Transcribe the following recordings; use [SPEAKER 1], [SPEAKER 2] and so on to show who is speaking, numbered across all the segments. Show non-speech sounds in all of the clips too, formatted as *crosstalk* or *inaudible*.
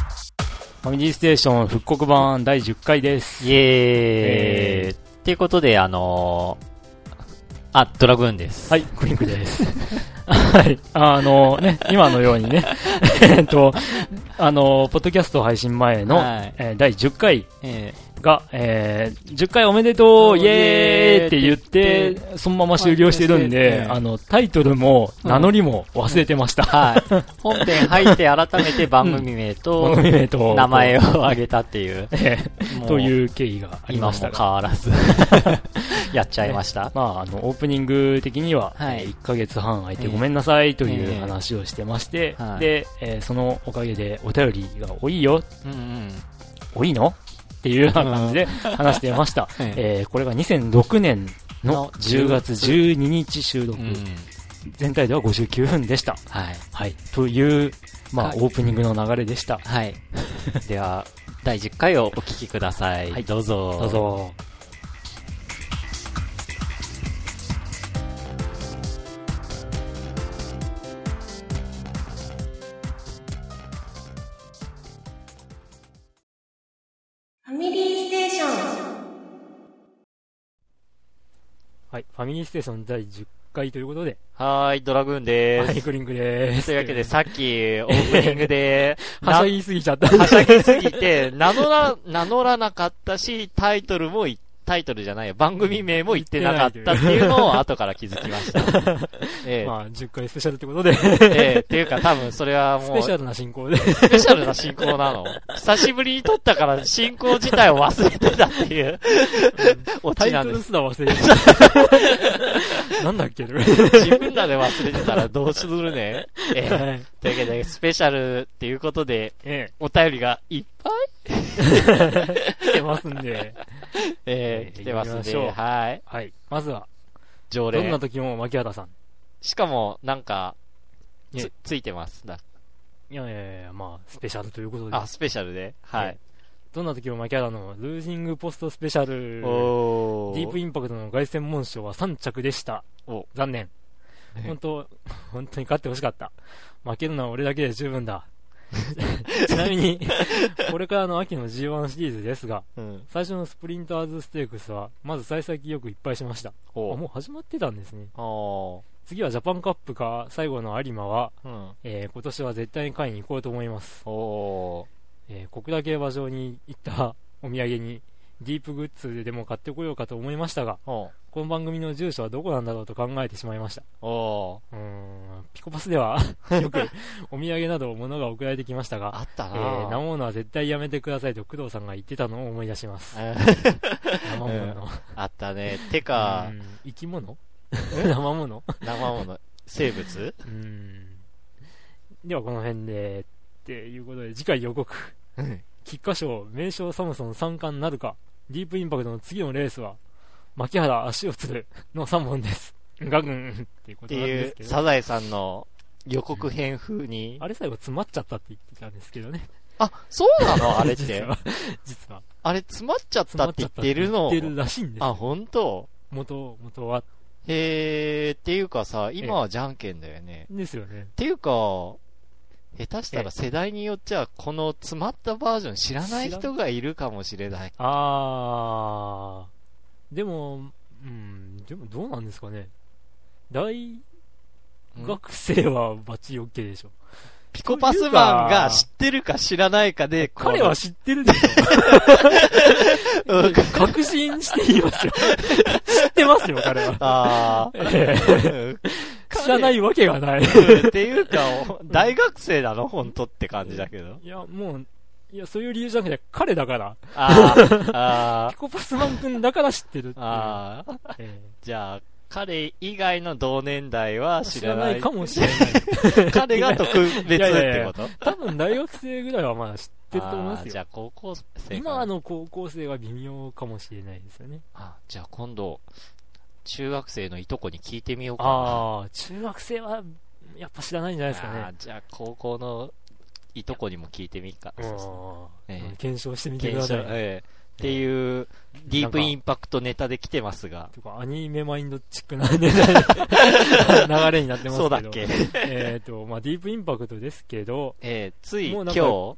[SPEAKER 1] ファミリーステーション復刻版第10回です。
[SPEAKER 2] イエーイ。
[SPEAKER 1] えー
[SPEAKER 2] っていうことで、あのー、あ、ドラグーンです。
[SPEAKER 1] はい、クリンクです。 *laughs* はい。あのね、今のようにね、 *laughs* えっと、あの、ポッドキャスト配信前の、
[SPEAKER 2] はい
[SPEAKER 1] えー第10回
[SPEAKER 2] え
[SPEAKER 1] が、えー10回おめでとう、イエーイって言っ
[SPEAKER 2] イエーイって
[SPEAKER 1] て、そのまま終了してるんで、
[SPEAKER 2] はい
[SPEAKER 1] あの、タイトルも
[SPEAKER 2] うん
[SPEAKER 1] 名乗りも忘れてました。
[SPEAKER 2] ーはい。本編入って改めて番組
[SPEAKER 1] *laughs*
[SPEAKER 2] 名
[SPEAKER 1] こ
[SPEAKER 2] と
[SPEAKER 1] の、名と、
[SPEAKER 2] 名前を挙げたって *laughs* いう。
[SPEAKER 1] えー
[SPEAKER 2] もう
[SPEAKER 1] という経緯があり
[SPEAKER 2] 今
[SPEAKER 1] ま
[SPEAKER 2] も
[SPEAKER 1] した
[SPEAKER 2] 変
[SPEAKER 1] が。
[SPEAKER 2] わらず、 *laughs* やっちゃいました。
[SPEAKER 1] まあ、あの、オープニング的には、
[SPEAKER 2] はい
[SPEAKER 1] 1ヶ月半空いてごめんなさいと
[SPEAKER 2] え
[SPEAKER 1] いう
[SPEAKER 2] え
[SPEAKER 1] 話をしてまして、
[SPEAKER 2] はい
[SPEAKER 1] で、えーそのおかげでお便りが多いよ、
[SPEAKER 2] うんうん。
[SPEAKER 1] 多いのっていうような感じ
[SPEAKER 2] *laughs*
[SPEAKER 1] で話してました。
[SPEAKER 2] ええ
[SPEAKER 1] えーこれが2006年の
[SPEAKER 2] の
[SPEAKER 1] 10月12日収録、
[SPEAKER 2] うん。
[SPEAKER 1] 全体では59分でした。
[SPEAKER 2] はい。
[SPEAKER 1] はい。という、まあ、
[SPEAKER 2] はい
[SPEAKER 1] オープニングの流れでした。
[SPEAKER 2] はい。では、第10回をお聞きください。
[SPEAKER 1] はい
[SPEAKER 2] どうぞ。
[SPEAKER 1] どう。ぞ。
[SPEAKER 3] ファミリーステーション。
[SPEAKER 1] はい。ファミリーステーション第10回ということで、
[SPEAKER 2] はーい、ドラグーンで
[SPEAKER 1] は
[SPEAKER 2] す。
[SPEAKER 1] い、クリンクです。
[SPEAKER 2] というわけで、、さっき、オープニングで、
[SPEAKER 1] はしゃぎすぎちゃった。
[SPEAKER 2] *laughs* はしゃぎすぎて、名乗ら、名乗らなかったし、タイトルもい、タイトルじゃないや、番組名も言ってなかったっていうのを後から気づきました。
[SPEAKER 1] *laughs*
[SPEAKER 2] ええ
[SPEAKER 1] まあ、10回スペシャルってことで、
[SPEAKER 2] ええっていうか多分それは
[SPEAKER 1] ス
[SPEAKER 2] も
[SPEAKER 1] ペ
[SPEAKER 2] う、
[SPEAKER 1] シャルな進行で。
[SPEAKER 2] スペシャルな進行なの。久しぶりに撮ったから進行自体を忘れてたっ
[SPEAKER 1] *laughs*
[SPEAKER 2] ていう、オ
[SPEAKER 1] タ
[SPEAKER 2] チ
[SPEAKER 1] イ
[SPEAKER 2] なん
[SPEAKER 1] ト
[SPEAKER 2] で
[SPEAKER 1] ル
[SPEAKER 2] す。
[SPEAKER 1] すら忘れて *laughs* た。なんだっけは
[SPEAKER 2] 自分らで忘れてたらどうするね。ええ
[SPEAKER 1] い
[SPEAKER 2] というわけで、スペシャルっていうことで、
[SPEAKER 1] え
[SPEAKER 2] お便りがいっぱい、
[SPEAKER 1] え、来てますんで。
[SPEAKER 2] ええ来てますん
[SPEAKER 1] 行きましょう
[SPEAKER 2] で、はい。
[SPEAKER 1] はい。まずは、
[SPEAKER 2] 常
[SPEAKER 1] どん
[SPEAKER 2] 連
[SPEAKER 1] な。時も牧原さん。
[SPEAKER 2] しかも、なんか、
[SPEAKER 1] え
[SPEAKER 2] つ、ついてます。だ
[SPEAKER 1] いやいやいや、まあ、スペシャルということで
[SPEAKER 2] あ、。スペシャルで。はい。
[SPEAKER 1] どんな時も牧原のルージングポストスペシャル。
[SPEAKER 2] お
[SPEAKER 1] ディープインパクトの凱旋門賞は3着でした
[SPEAKER 2] お。
[SPEAKER 1] 残念。本当、本当に勝ってほしかった。負けるのは俺だけで十分だ。 *laughs* ちなみに、これからの秋の G1 シリーズですが、
[SPEAKER 2] うん。
[SPEAKER 1] 最初のスプリンターズステークスは、まず幸先よくいっぱいしました。あ、
[SPEAKER 2] お
[SPEAKER 1] もう始まってたんですね。
[SPEAKER 2] お
[SPEAKER 1] 次はジャパンカップか、最後の有馬は、
[SPEAKER 2] ーうん。
[SPEAKER 1] えー今年は絶対に買いに行こうと思います。
[SPEAKER 2] お
[SPEAKER 1] えー小倉競馬場に行ったお土産に、ディープグッズでも買ってこようかと思いましたが、
[SPEAKER 2] ーお
[SPEAKER 1] この番組の住所はどこなんだろうと考えてしまいました。
[SPEAKER 2] お
[SPEAKER 1] うーん、ピコパスでは *laughs* よくお土産など物が送られてきましたが、
[SPEAKER 2] あった
[SPEAKER 1] え
[SPEAKER 2] な
[SPEAKER 1] ー、なものは絶対やめてくださいと工藤さんが言ってたのを思い出します。
[SPEAKER 2] うん
[SPEAKER 1] 生もの。
[SPEAKER 2] *laughs* あったね。てか
[SPEAKER 1] う、ん生き物 *laughs* 生もの
[SPEAKER 2] 生物、生物
[SPEAKER 1] うん。ではこの辺で、っていうことで次回予告。菊花賞、名称サムソン3冠なるか、ディープインパクトの次のレースは、牧原足をつるの3本です。ガグンっていうこと
[SPEAKER 2] って
[SPEAKER 1] なん
[SPEAKER 2] い
[SPEAKER 1] で
[SPEAKER 2] う
[SPEAKER 1] す、けど。
[SPEAKER 2] サザエさんの予告編風に。
[SPEAKER 1] あれ最後詰まっちゃったって言ってたんですけどね。
[SPEAKER 2] あ、そうなのあれっ
[SPEAKER 1] 実
[SPEAKER 2] て。
[SPEAKER 1] は。実は。
[SPEAKER 2] あれ、詰まっちゃったって言ってるの
[SPEAKER 1] 言ってるらしいんです
[SPEAKER 2] あ、
[SPEAKER 1] よ。
[SPEAKER 2] 本当
[SPEAKER 1] 元、元は。
[SPEAKER 2] へー、っていうかさ、今はじゃんけんだよね。
[SPEAKER 1] ですよね
[SPEAKER 2] っ。ていうか、下手したら世代によっちゃ、この詰まったバージョン知らない人がいるかもしれない。
[SPEAKER 1] あー。でも、うん、でもどうなんですかね。大
[SPEAKER 2] うん
[SPEAKER 1] 学生はバッチリ OK
[SPEAKER 2] *laughs*
[SPEAKER 1] でしょ。
[SPEAKER 2] ピコパスマンが知ってるか知らないかで、こう
[SPEAKER 1] 彼は知ってるでしょ。
[SPEAKER 2] うん
[SPEAKER 1] *laughs* 確信して言い
[SPEAKER 2] *laughs*
[SPEAKER 1] ますよ。知ってますよ、彼は。
[SPEAKER 2] あー
[SPEAKER 1] え
[SPEAKER 2] うん
[SPEAKER 1] え知らないわけがない。
[SPEAKER 2] うんっていうか、大学生なの本当って感じだけど。
[SPEAKER 1] いや、もう、いや、そういう理由じゃなくて、彼だから。
[SPEAKER 2] あー、あ
[SPEAKER 1] ピコパスマン君だから知ってるって
[SPEAKER 2] ー、
[SPEAKER 1] いう
[SPEAKER 2] あー。
[SPEAKER 1] ええ
[SPEAKER 2] じゃあ、彼以外の同年代は知
[SPEAKER 1] 知
[SPEAKER 2] ら
[SPEAKER 1] ら
[SPEAKER 2] な。
[SPEAKER 1] ないいかもしれない。
[SPEAKER 2] 彼が特別ってこと
[SPEAKER 1] いやいやいや多分大学生ぐらいはまだ知ってると思いま
[SPEAKER 2] あー
[SPEAKER 1] す
[SPEAKER 2] じゃ
[SPEAKER 1] よ。
[SPEAKER 2] あ、高校生かな
[SPEAKER 1] 今の高校生は微妙かもしれないですよね。
[SPEAKER 2] あ、じゃあ今度、中学生のいとこに聞いてみようかな。
[SPEAKER 1] ああ、中学生はやっぱ知らないんじゃないですか
[SPEAKER 2] あ
[SPEAKER 1] ね
[SPEAKER 2] ー。じゃあ、高校のいとこにも聞いてみっか。
[SPEAKER 1] うん
[SPEAKER 2] ええ
[SPEAKER 1] 検証してみてくだ
[SPEAKER 2] 検
[SPEAKER 1] さい。
[SPEAKER 2] 証、ええっていう、ディープインパクトネタで来てますが。
[SPEAKER 1] とかアニメマインドチックなね *laughs* 流れになってますけど。
[SPEAKER 2] そうだっけ
[SPEAKER 1] えっと、まあディープインパクトですけど、
[SPEAKER 2] ええつい
[SPEAKER 1] もう
[SPEAKER 2] 今
[SPEAKER 1] なん
[SPEAKER 2] 日
[SPEAKER 1] か、
[SPEAKER 2] 今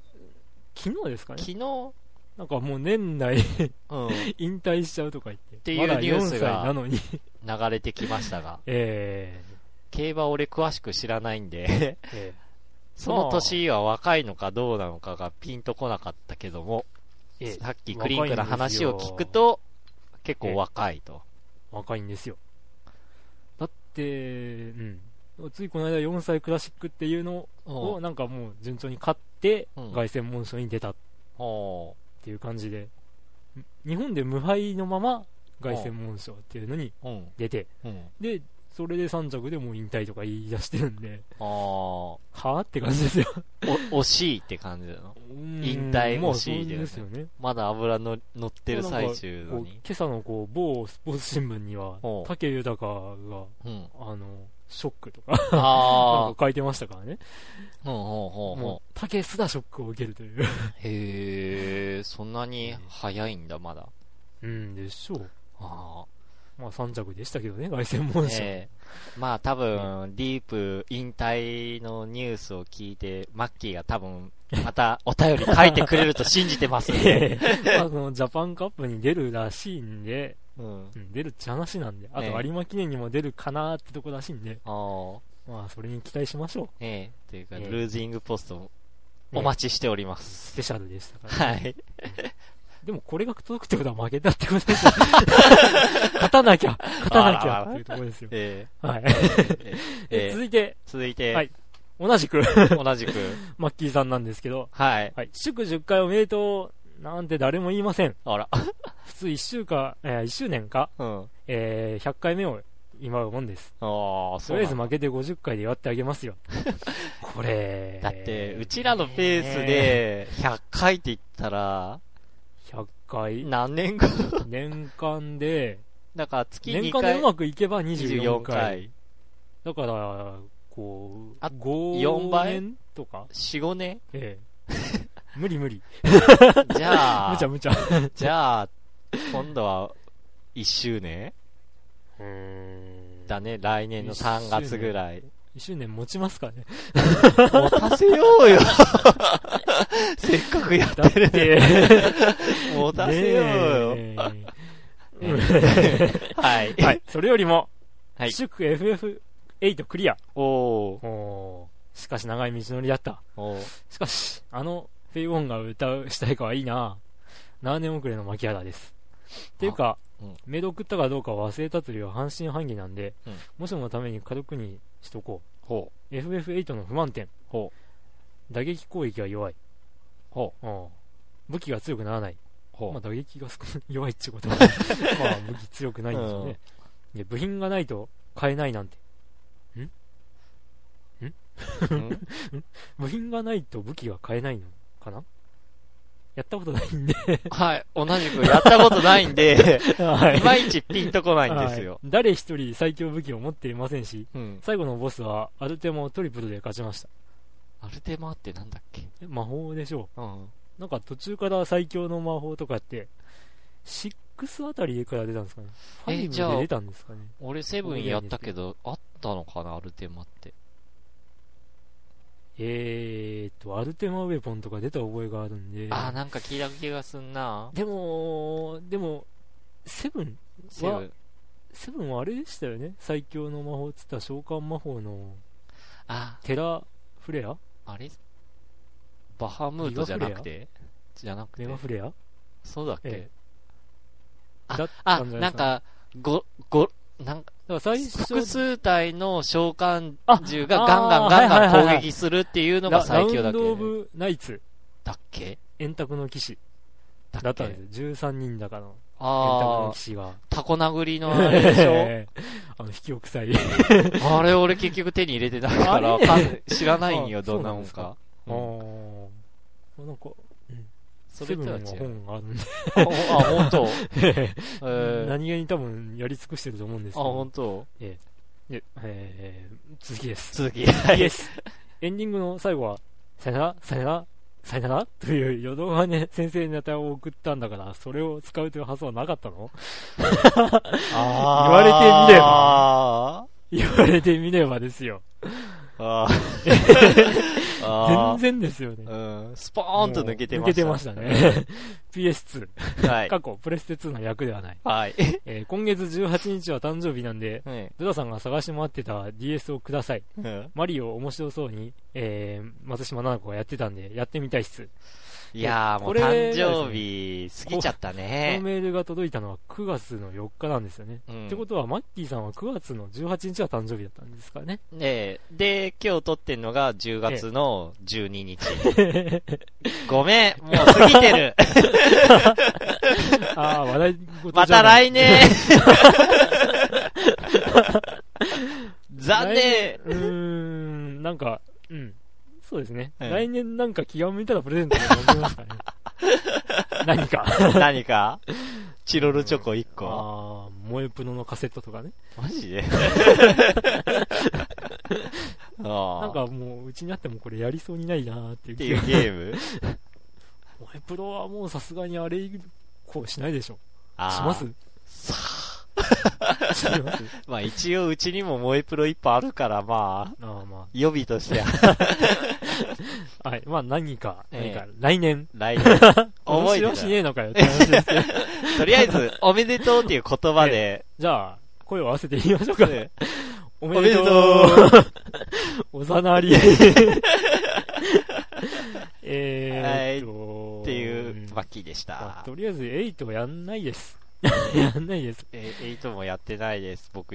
[SPEAKER 1] 昨日ですかね
[SPEAKER 2] 昨日、
[SPEAKER 1] なんかもう年内 *laughs*
[SPEAKER 2] うん、
[SPEAKER 1] 引退しちゃうとか言って。って
[SPEAKER 2] いうニュース
[SPEAKER 1] ま
[SPEAKER 2] が
[SPEAKER 1] だ4歳なのに。 *laughs*
[SPEAKER 2] 流れてきました *laughs* が、
[SPEAKER 1] え
[SPEAKER 2] 競馬俺詳しく知らないんで、
[SPEAKER 1] ーえ
[SPEAKER 2] *laughs* その年は若いのかどうなのかがピンとこなかったけども、
[SPEAKER 1] ーえー
[SPEAKER 2] さっきクリンクの話を聞くと、結構若いと。
[SPEAKER 1] 若いんですよ。だって、うん。ついこの間4歳クラシックっていうのを、
[SPEAKER 2] う
[SPEAKER 1] なんかもう順調に勝って、
[SPEAKER 2] うん
[SPEAKER 1] 凱旋門賞に出たっ
[SPEAKER 2] ほ
[SPEAKER 1] ていう感じで、ん日本で無敗のまま凱旋門賞っていうのに
[SPEAKER 2] ううん。
[SPEAKER 1] 出て、
[SPEAKER 2] うん。
[SPEAKER 1] で、それで3着でもう引退とか言い出してるんで、 *laughs*
[SPEAKER 2] ああ、お
[SPEAKER 1] はぁって感じ
[SPEAKER 2] *laughs*
[SPEAKER 1] ですよ。
[SPEAKER 2] 惜しいって感じなの。
[SPEAKER 1] 引
[SPEAKER 2] 退
[SPEAKER 1] も
[SPEAKER 2] 欲しいですね
[SPEAKER 1] ですよね。
[SPEAKER 2] まだ油の乗ってる最中な
[SPEAKER 1] こ
[SPEAKER 2] の
[SPEAKER 1] う今
[SPEAKER 2] に。
[SPEAKER 1] 朝のこう某スポーツ新聞には
[SPEAKER 2] おう、
[SPEAKER 1] 武豊が、
[SPEAKER 2] うん。
[SPEAKER 1] あの、ショックとか、な
[SPEAKER 2] あ
[SPEAKER 1] んか書いてましたからね。
[SPEAKER 2] あ、うん、ほうほう
[SPEAKER 1] も
[SPEAKER 2] ほ
[SPEAKER 1] う、竹すらショックを受けるという。 *laughs*
[SPEAKER 2] う。へえ、そんなに早いんだ、まだ。
[SPEAKER 1] うん、でしょう。
[SPEAKER 2] ああ。
[SPEAKER 1] まあ3着でしたけどね、凱旋門賞。
[SPEAKER 2] ええまあ多分、ディープ引退のニュースを聞いて、マッキーが多分、またお便り書いてくれると信じてますんで。 *laughs*
[SPEAKER 1] *laughs* まあそのジャパンカップに出るらしいんで、
[SPEAKER 2] うん。
[SPEAKER 1] うん、出るって話なんで、あと
[SPEAKER 2] ええ
[SPEAKER 1] 有馬記念にも出るかなってとこらしいんで、
[SPEAKER 2] ああ、
[SPEAKER 1] まあそれに期待しましょう。
[SPEAKER 2] ええというか、
[SPEAKER 1] ええ
[SPEAKER 2] ルーズイングポストもお待ちしております。
[SPEAKER 1] スペシャルでしたから、
[SPEAKER 2] はい。
[SPEAKER 1] でもこれが届くってことは負けたってことです
[SPEAKER 2] *laughs*
[SPEAKER 1] よ勝たなきゃ、勝たなきゃっていうところですよ。
[SPEAKER 2] え
[SPEAKER 1] はい。
[SPEAKER 2] *laughs* えええ
[SPEAKER 1] で
[SPEAKER 2] え
[SPEAKER 1] 続いて、
[SPEAKER 2] 続いて、
[SPEAKER 1] はい同じく、 *laughs*
[SPEAKER 2] 同じく、
[SPEAKER 1] マッキーさんなんですけど、
[SPEAKER 2] はい。
[SPEAKER 1] はい、祝10回おめでとうなんて誰も言いません。
[SPEAKER 2] あら、
[SPEAKER 1] 普通1週間、えー、1周年か、
[SPEAKER 2] うん。あ
[SPEAKER 1] えー100回目を今うもんです。
[SPEAKER 2] あ、
[SPEAKER 1] と
[SPEAKER 2] そ
[SPEAKER 1] りあ
[SPEAKER 2] う
[SPEAKER 1] え
[SPEAKER 2] な
[SPEAKER 1] ず
[SPEAKER 2] んだ。
[SPEAKER 1] 負けて50回で祝ってあげます
[SPEAKER 2] *laughs*
[SPEAKER 1] よ。これ。
[SPEAKER 2] だって、うちらのペースで、100回って言ったら、
[SPEAKER 1] 100回、 *laughs*
[SPEAKER 2] 何年後
[SPEAKER 1] 年間で、
[SPEAKER 2] *laughs* だから月
[SPEAKER 1] 年
[SPEAKER 2] 2
[SPEAKER 1] 間で
[SPEAKER 2] 回
[SPEAKER 1] う、まくいけば24
[SPEAKER 2] 24
[SPEAKER 1] 回。
[SPEAKER 2] 回。
[SPEAKER 1] だから、こう、
[SPEAKER 2] あ
[SPEAKER 1] 5
[SPEAKER 2] 四倍
[SPEAKER 1] 年とか、
[SPEAKER 2] 4、5年
[SPEAKER 1] *laughs* ええ無理無理。
[SPEAKER 2] じゃ
[SPEAKER 1] むちゃ
[SPEAKER 2] あ、
[SPEAKER 1] むちゃ。
[SPEAKER 2] じゃあ、今度は、1周年だね、来年の3月ぐらい。
[SPEAKER 1] 1周年持ちますかね。
[SPEAKER 2] 持たせようよ *laughs* せっかくや
[SPEAKER 1] *laughs*
[SPEAKER 2] っ
[SPEAKER 1] だって、
[SPEAKER 2] 持たせようよ。
[SPEAKER 1] ねえ
[SPEAKER 2] *laughs* はい。
[SPEAKER 1] *laughs* はい、それよりも、
[SPEAKER 2] はい
[SPEAKER 1] 祝 FF8 クリア。
[SPEAKER 2] おー。
[SPEAKER 1] おーしかし長い道のりだった。
[SPEAKER 2] おー。
[SPEAKER 1] しかし、あの、フェイウォンが歌う主題歌はいいな7年遅れの牧原です。っていうか、
[SPEAKER 2] うん
[SPEAKER 1] メール送ったかどうか忘れたというは半信半疑なんで、
[SPEAKER 2] うん
[SPEAKER 1] もしものために軽くにしとこ
[SPEAKER 2] ほ
[SPEAKER 1] う。FF8 の不満点。
[SPEAKER 2] ほ
[SPEAKER 1] 打撃攻撃が弱い。
[SPEAKER 2] ほ
[SPEAKER 1] うん武器が強くならない。
[SPEAKER 2] う。ほう。
[SPEAKER 1] まあ、打撃が少ない弱いって
[SPEAKER 2] *laughs*
[SPEAKER 1] ことは、まあ、武器強くないんでしょうね。で、部品がないと買えないなんて。
[SPEAKER 2] うん
[SPEAKER 1] 部品がないと武器が買えないのかなやったことないんで。
[SPEAKER 2] はい。同じくやったことないんで、
[SPEAKER 1] はい
[SPEAKER 2] まいちピンとこないんですよ。
[SPEAKER 1] はい誰一人最強武器を持っていませんし、
[SPEAKER 2] うん。
[SPEAKER 1] 最後のボスはアルテマをトリプルで勝ちました。
[SPEAKER 2] アルテマってなんだっけ
[SPEAKER 1] え魔法でしょ
[SPEAKER 2] うん。
[SPEAKER 1] う。なんか途中から最強の魔法とかって、6あたりから出たんですかね。
[SPEAKER 2] え
[SPEAKER 1] 5
[SPEAKER 2] じゃあ
[SPEAKER 1] で出たんですかね。
[SPEAKER 2] 俺セブンやったけど、あったのかな、アルテマって。
[SPEAKER 1] えーっと、アルテマウェポンとか出た覚えがあるんで。
[SPEAKER 2] あー、なんか聞いた気がすんな。
[SPEAKER 1] でも、でも、セブン、
[SPEAKER 2] セブ
[SPEAKER 1] わ
[SPEAKER 2] ン。
[SPEAKER 1] セブンはあれでしたよね。最強の魔法っつったら召喚魔法の
[SPEAKER 2] あ、
[SPEAKER 1] テラフレア
[SPEAKER 2] あれバハムートじゃなくてじゃなく
[SPEAKER 1] メ
[SPEAKER 2] て
[SPEAKER 1] ガ。フレア
[SPEAKER 2] そうだっけ、
[SPEAKER 1] えだ
[SPEAKER 2] あ
[SPEAKER 1] っ、た
[SPEAKER 2] あ、
[SPEAKER 1] んじゃ
[SPEAKER 2] な
[SPEAKER 1] ないですか
[SPEAKER 2] んか、ご、ご、なんか、
[SPEAKER 1] だから最初
[SPEAKER 2] 複数体の召喚銃が
[SPEAKER 1] あ
[SPEAKER 2] ガンガン
[SPEAKER 1] あー
[SPEAKER 2] ガンガ
[SPEAKER 1] はいはいはい
[SPEAKER 2] ン攻
[SPEAKER 1] はい
[SPEAKER 2] 撃するっていうの
[SPEAKER 1] ラ
[SPEAKER 2] が最強
[SPEAKER 1] ラウ
[SPEAKER 2] だ
[SPEAKER 1] ン
[SPEAKER 2] け
[SPEAKER 1] ド・オ
[SPEAKER 2] どね、
[SPEAKER 1] ブ・ナイツ、
[SPEAKER 2] だっけ
[SPEAKER 1] 円卓の騎士
[SPEAKER 2] だっけ
[SPEAKER 1] だったんですよ。13人だかの円卓
[SPEAKER 2] あ
[SPEAKER 1] の
[SPEAKER 2] あ
[SPEAKER 1] 騎、士が。
[SPEAKER 2] タコ殴
[SPEAKER 1] *laughs*
[SPEAKER 2] りのあれでしょ
[SPEAKER 1] ええあの、引き奥さい。
[SPEAKER 2] あれ俺結局手に入れてないから
[SPEAKER 1] *laughs* あれ
[SPEAKER 2] わかんない知らないんよ、
[SPEAKER 1] あ
[SPEAKER 2] どんなもん
[SPEAKER 1] *laughs* そうなん
[SPEAKER 2] か。
[SPEAKER 1] あーなんか、
[SPEAKER 2] そ
[SPEAKER 1] セ
[SPEAKER 2] れ
[SPEAKER 1] ブン
[SPEAKER 2] とは
[SPEAKER 1] の
[SPEAKER 2] 違う。
[SPEAKER 1] 本があるんで、
[SPEAKER 2] あ、ほ
[SPEAKER 1] *laughs*
[SPEAKER 2] んと。えー、あ、
[SPEAKER 1] 何気に多分やり尽くしてると思うんですけ
[SPEAKER 2] ほ
[SPEAKER 1] ど
[SPEAKER 2] ん、と。
[SPEAKER 1] でえー続きです。
[SPEAKER 2] 続き。はい。
[SPEAKER 1] エンディングの最後は、さよなら、さよなら、さよならという淀川ね先生にネタを送ったんだから、それを使うという発想はなかったの
[SPEAKER 2] あー
[SPEAKER 1] 言われてみれば
[SPEAKER 2] あ
[SPEAKER 1] *laughs* 言われてみればですよ。
[SPEAKER 2] ーあー。あ
[SPEAKER 1] 全然ですよね。
[SPEAKER 2] ーうん。スポーンと抜けて
[SPEAKER 1] も
[SPEAKER 2] ま
[SPEAKER 1] う抜け
[SPEAKER 2] した。
[SPEAKER 1] てました
[SPEAKER 2] *laughs*
[SPEAKER 1] ね。PS2、
[SPEAKER 2] はい。
[SPEAKER 1] 過去プレステ2の役で *laughs* はない。
[SPEAKER 2] はい。
[SPEAKER 1] えー今月18日は誕生日なんで、
[SPEAKER 2] はい
[SPEAKER 1] ドラさんが探し回ってた DS をください。
[SPEAKER 2] うん
[SPEAKER 1] マリオ面白そうに、えー、松島奈々子がやってたんで、やってみたいっす。
[SPEAKER 2] いやー、も
[SPEAKER 1] こ
[SPEAKER 2] う
[SPEAKER 1] れが
[SPEAKER 2] 誕
[SPEAKER 1] ですね
[SPEAKER 2] 生日過ぎちゃった
[SPEAKER 1] この
[SPEAKER 2] ね。
[SPEAKER 1] メールが届いたのは9月の4日なんですよね。
[SPEAKER 2] うん
[SPEAKER 1] ってことは、マッキーさんは9月の18日が誕生日だったんですかね。 *laughs*
[SPEAKER 2] ええで、今日撮ってんのが10月の12日。ごめん、もう過ぎ
[SPEAKER 1] *laughs*
[SPEAKER 2] てる。
[SPEAKER 1] ああ、話題事
[SPEAKER 2] ま
[SPEAKER 1] じゃ
[SPEAKER 2] た
[SPEAKER 1] ない
[SPEAKER 2] 来年
[SPEAKER 1] *laughs*
[SPEAKER 2] 残念
[SPEAKER 1] うーん、なんか、うん。そうですね。
[SPEAKER 2] うん
[SPEAKER 1] 来年なんか気が向いたらプレゼントが送ります
[SPEAKER 2] *laughs*
[SPEAKER 1] からね。何か。*laughs*
[SPEAKER 2] 何かチロルチョコ1個。
[SPEAKER 1] ああ、萌えプロのカセットとかね。
[SPEAKER 2] マ
[SPEAKER 1] *laughs*
[SPEAKER 2] ジであ
[SPEAKER 1] なん
[SPEAKER 2] あ。っ
[SPEAKER 1] かもう、うちにあってもこれやりそうにないなーっていう
[SPEAKER 2] て
[SPEAKER 1] 気
[SPEAKER 2] い
[SPEAKER 1] が
[SPEAKER 2] う。ゲ
[SPEAKER 1] *laughs*
[SPEAKER 2] ームし
[SPEAKER 1] 萌えプロはもうさすがにあれ以降しないでしょ。しますさあ。します *laughs*
[SPEAKER 2] まあ一応うちにも萌えプロ1本あるからまあ、
[SPEAKER 1] ああま
[SPEAKER 2] 予備として
[SPEAKER 1] あ。はい。まあ何か、何
[SPEAKER 2] ええ
[SPEAKER 1] か、来年。
[SPEAKER 2] 来年。
[SPEAKER 1] *laughs* 面
[SPEAKER 2] 覚え
[SPEAKER 1] 白
[SPEAKER 2] て
[SPEAKER 1] したねえのかよって話ですけ
[SPEAKER 2] *laughs*
[SPEAKER 1] ど。
[SPEAKER 2] とりあえず、おめでとうっていう言葉で、
[SPEAKER 1] じゃあ、声を合わせてみま
[SPEAKER 2] *laughs*
[SPEAKER 1] しょうか。
[SPEAKER 2] ね
[SPEAKER 1] お
[SPEAKER 2] お
[SPEAKER 1] め
[SPEAKER 2] めで
[SPEAKER 1] で
[SPEAKER 2] と
[SPEAKER 1] と
[SPEAKER 2] う
[SPEAKER 1] う。おざな
[SPEAKER 2] *laughs*
[SPEAKER 1] り。えーっと、
[SPEAKER 2] っていう、マッキーでし
[SPEAKER 1] まあ
[SPEAKER 2] た。
[SPEAKER 1] とりあえず、8をやんない
[SPEAKER 2] *laughs*
[SPEAKER 1] です。やんないです。
[SPEAKER 2] えー、エイトもやってないです、
[SPEAKER 1] *laughs*
[SPEAKER 2] 僕。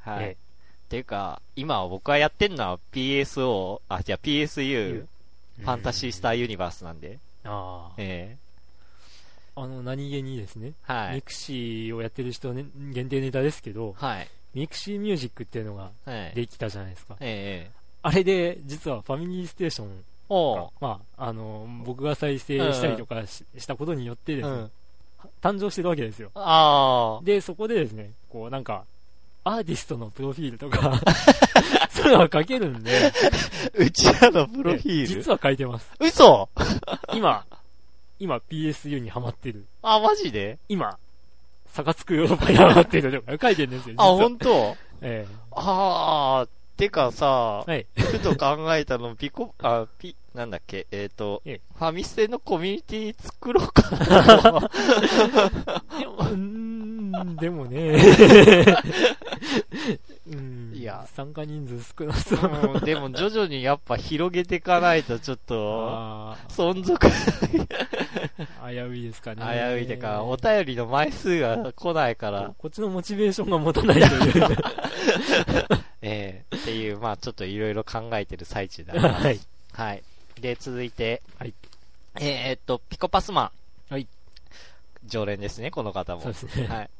[SPEAKER 2] はい。
[SPEAKER 1] え
[SPEAKER 2] っていうか、今僕がやってんのは PSO、あ、じゃあ PSU、
[SPEAKER 1] え
[SPEAKER 2] ファンタシースターユニバースなんで。
[SPEAKER 1] ああ。
[SPEAKER 2] え
[SPEAKER 1] あの、何気にですね、
[SPEAKER 2] えは
[SPEAKER 1] ミ
[SPEAKER 2] い。
[SPEAKER 1] クシーをやってる人、ね、限定ネタですけど、
[SPEAKER 2] はい。
[SPEAKER 1] ミクシーミュージックっていうのが
[SPEAKER 2] はい。え
[SPEAKER 1] できたじゃないですか。
[SPEAKER 2] えええ
[SPEAKER 1] あれで、実はファミリーステーション
[SPEAKER 2] お
[SPEAKER 1] が、まあ、あの、僕が再生したりとかし,、たことによってで
[SPEAKER 2] う。
[SPEAKER 1] す
[SPEAKER 2] う
[SPEAKER 1] ね、
[SPEAKER 2] ん。
[SPEAKER 1] 誕生してるわけですよ。
[SPEAKER 2] ああ。
[SPEAKER 1] *laughs* で、そこでですね、こうなんか、アーティストのプロフィールと
[SPEAKER 2] *laughs*
[SPEAKER 1] か、そういうのは書けるんで、
[SPEAKER 2] うちらのプロフィール。
[SPEAKER 1] 実は書いてます。
[SPEAKER 2] 嘘
[SPEAKER 1] 今、今 PSU にハマってる。
[SPEAKER 2] あ、マジで
[SPEAKER 1] 今、サカツクヨーロッパにハマってるとか *laughs* 書いてるんですよ。実
[SPEAKER 2] あ、
[SPEAKER 1] は
[SPEAKER 2] 本当
[SPEAKER 1] え
[SPEAKER 2] ああ。てかさ
[SPEAKER 1] *laughs* え、はい。
[SPEAKER 2] ふと考えたの、ピコ、あ、ピ、なんだっけ、えっ、と、
[SPEAKER 1] ええ
[SPEAKER 2] ファミステのコミュニティ作ろうか *laughs* な。
[SPEAKER 1] でも、うーん、でも *laughs* ね、うん、
[SPEAKER 2] いや
[SPEAKER 1] 参加人数少なそう。
[SPEAKER 2] うんでも徐々にやっぱ広げていかないとちょっと、
[SPEAKER 1] あ
[SPEAKER 2] 存続
[SPEAKER 1] ー危ういですかね。
[SPEAKER 2] *laughs* 危ういてか、お便りの枚数が来ないから、
[SPEAKER 1] こっちのモチベーションが持たないと *laughs* いう。
[SPEAKER 2] ええっていう、まあちょっといろいろ考えてる最中だな。
[SPEAKER 1] *laughs*
[SPEAKER 2] *laughs*
[SPEAKER 1] はい。
[SPEAKER 2] はい。で、続いて、
[SPEAKER 1] はい
[SPEAKER 2] えーっと、ピコパスマン。
[SPEAKER 1] はい
[SPEAKER 2] 常連ですね、この方も。
[SPEAKER 1] そうですね。
[SPEAKER 2] はい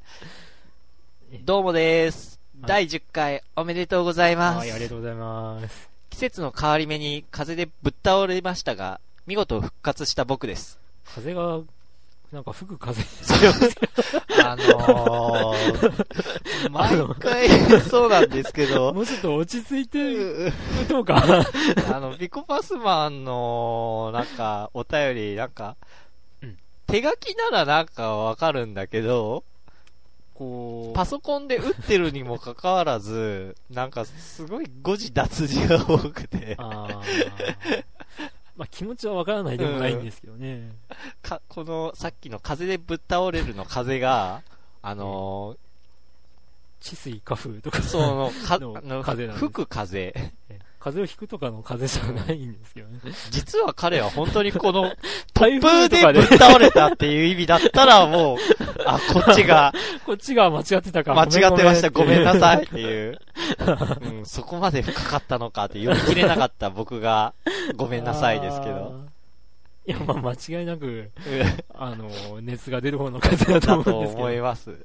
[SPEAKER 1] え。
[SPEAKER 2] どうもです。
[SPEAKER 1] はい
[SPEAKER 2] 第10回おめでとうございます。
[SPEAKER 1] はい、ありがとうございます。
[SPEAKER 2] 季節の変わり目に風でぶっ倒れましたが、見事復活した僕です。
[SPEAKER 1] 風が、なんか吹く風。
[SPEAKER 2] あのー、
[SPEAKER 1] *laughs*
[SPEAKER 2] 毎回そうなんですけど、
[SPEAKER 1] もうちょっと落ち着いて、
[SPEAKER 2] う
[SPEAKER 1] どうか。
[SPEAKER 2] あの、ピコパスマンの、なんか、お便り、なんか
[SPEAKER 1] うん、
[SPEAKER 2] 手書きならなんかわかるんだけど、
[SPEAKER 1] *laughs* こう、
[SPEAKER 2] パソコンで打ってるにもかかわらず、 *laughs* なんかすごい誤字脱字が多くて、
[SPEAKER 1] あーまあ気持ちはわからないでもないんですけどね。
[SPEAKER 2] かこのさっきの風でぶっ倒れるの
[SPEAKER 1] *laughs*
[SPEAKER 2] 風が、あの
[SPEAKER 1] 治水花風とか
[SPEAKER 2] ー、、その、か、あ
[SPEAKER 1] の
[SPEAKER 2] の、
[SPEAKER 1] 風なんです
[SPEAKER 2] 吹く風。
[SPEAKER 1] 風邪をひくとかの風邪じゃないんですけどね。 *laughs*
[SPEAKER 2] 実は彼は本当にこの、
[SPEAKER 1] 台風
[SPEAKER 2] 風
[SPEAKER 1] と
[SPEAKER 2] で
[SPEAKER 1] か
[SPEAKER 2] ぶ
[SPEAKER 1] で
[SPEAKER 2] っ、倒れたっていう意味だった
[SPEAKER 1] *laughs*
[SPEAKER 2] らもう、あ、こっちが
[SPEAKER 1] こっちが間違ってたか
[SPEAKER 2] 間違ってました、ごめんな
[SPEAKER 1] *laughs* さい。
[SPEAKER 2] さいっていう。うん、そこまで深かったのかって読み切れなかった僕が、ごめんなさいですけど。
[SPEAKER 1] あー。いや、まあ間違いなく、
[SPEAKER 2] うん
[SPEAKER 1] あの、熱が出る方の風だと
[SPEAKER 2] だ
[SPEAKER 1] 思
[SPEAKER 2] と
[SPEAKER 1] うんですけど。
[SPEAKER 2] 思います。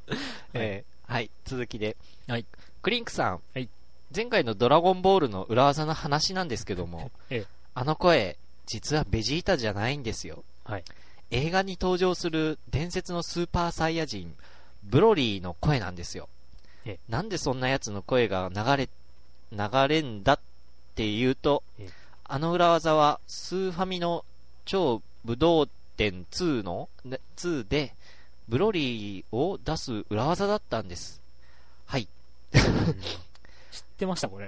[SPEAKER 2] えーはい、続きで。
[SPEAKER 1] はい
[SPEAKER 2] クリンクさん。
[SPEAKER 1] はい
[SPEAKER 2] 前回のドラゴンボールの裏技の話なんですけども、
[SPEAKER 1] ええ
[SPEAKER 2] あの声、実はベジータじゃないんですよ。
[SPEAKER 1] はい
[SPEAKER 2] 映画に登場する伝説のスーパーサイヤ人、ブロリーの声なんですよ。
[SPEAKER 1] ええ
[SPEAKER 2] なんでそんな奴の声が流れ、流れんだっていうと
[SPEAKER 1] ええ、
[SPEAKER 2] あの裏技はスーファミの超武道展2の、ね2で、ブロリーを
[SPEAKER 1] *laughs*
[SPEAKER 2] 出す裏技だったんです。はい。
[SPEAKER 1] うん知ってました、これ。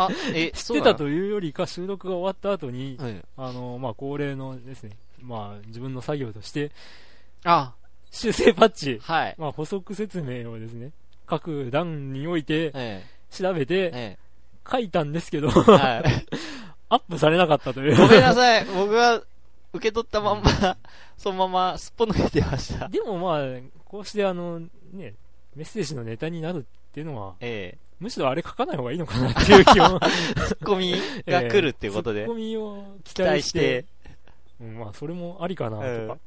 [SPEAKER 2] あ、え、
[SPEAKER 1] 知
[SPEAKER 2] 知
[SPEAKER 1] ってたというよりか、収録が終わった後に、
[SPEAKER 2] はい。
[SPEAKER 1] あの、まあ、恒例のですね、まあ、自分の作業として、
[SPEAKER 2] あ、
[SPEAKER 1] 修正パッチ、
[SPEAKER 2] はい。
[SPEAKER 1] まあ、補足説明をですね、各段において
[SPEAKER 2] え
[SPEAKER 1] 調べ
[SPEAKER 2] え、
[SPEAKER 1] て
[SPEAKER 2] え
[SPEAKER 1] 書いたんですけど、
[SPEAKER 2] え、はい。
[SPEAKER 1] *laughs* アップされなかったと *laughs* いう。
[SPEAKER 2] ごめんなさい。僕は、受け取ったまんま、 *laughs* そのまますっぽ抜けて
[SPEAKER 1] *laughs*
[SPEAKER 2] ました。
[SPEAKER 1] でもまあ、こうしてあの、ね、メッセージのネタになるっていうの
[SPEAKER 2] *laughs*
[SPEAKER 1] は、
[SPEAKER 2] え
[SPEAKER 1] むしろあれ書かない方がいいのかなっていう気も。
[SPEAKER 2] え、ツッコミ *laughs* が来るっていうこと
[SPEAKER 1] ええ
[SPEAKER 2] で
[SPEAKER 1] ツッコ、ミを期
[SPEAKER 2] 期
[SPEAKER 1] 待
[SPEAKER 2] 待
[SPEAKER 1] し
[SPEAKER 2] してて。、
[SPEAKER 1] うんまあ、それもありかなとか、
[SPEAKER 2] うんっっ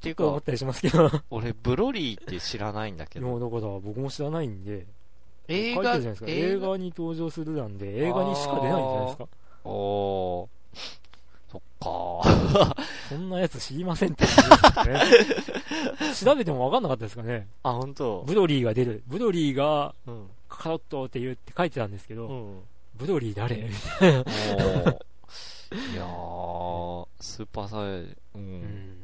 [SPEAKER 2] ていう
[SPEAKER 1] とか思
[SPEAKER 2] か
[SPEAKER 1] っ、たりしますけど。
[SPEAKER 2] 俺、ブロリーって知らないんだけ
[SPEAKER 1] いや、
[SPEAKER 2] ど、
[SPEAKER 1] だから僕も知らないんで、
[SPEAKER 2] 映
[SPEAKER 1] 書いてる
[SPEAKER 2] 画、
[SPEAKER 1] じゃないですか。映画に登場するなんで、映画にしか出ないんじゃないですか。
[SPEAKER 2] おー。そっか
[SPEAKER 1] そんなやつ知りませんって感じ
[SPEAKER 2] *laughs*
[SPEAKER 1] ですよね。調べても分かんなかったですかね。
[SPEAKER 2] あ、ほんと。
[SPEAKER 1] ブドリーが出る。ブドリーが
[SPEAKER 2] うん。
[SPEAKER 1] カロットって言うって書いてたんですけど、
[SPEAKER 2] うん。
[SPEAKER 1] ブドリー誰
[SPEAKER 2] おー。 *laughs* いやー、スーパーサイヤ、う。
[SPEAKER 1] うんん。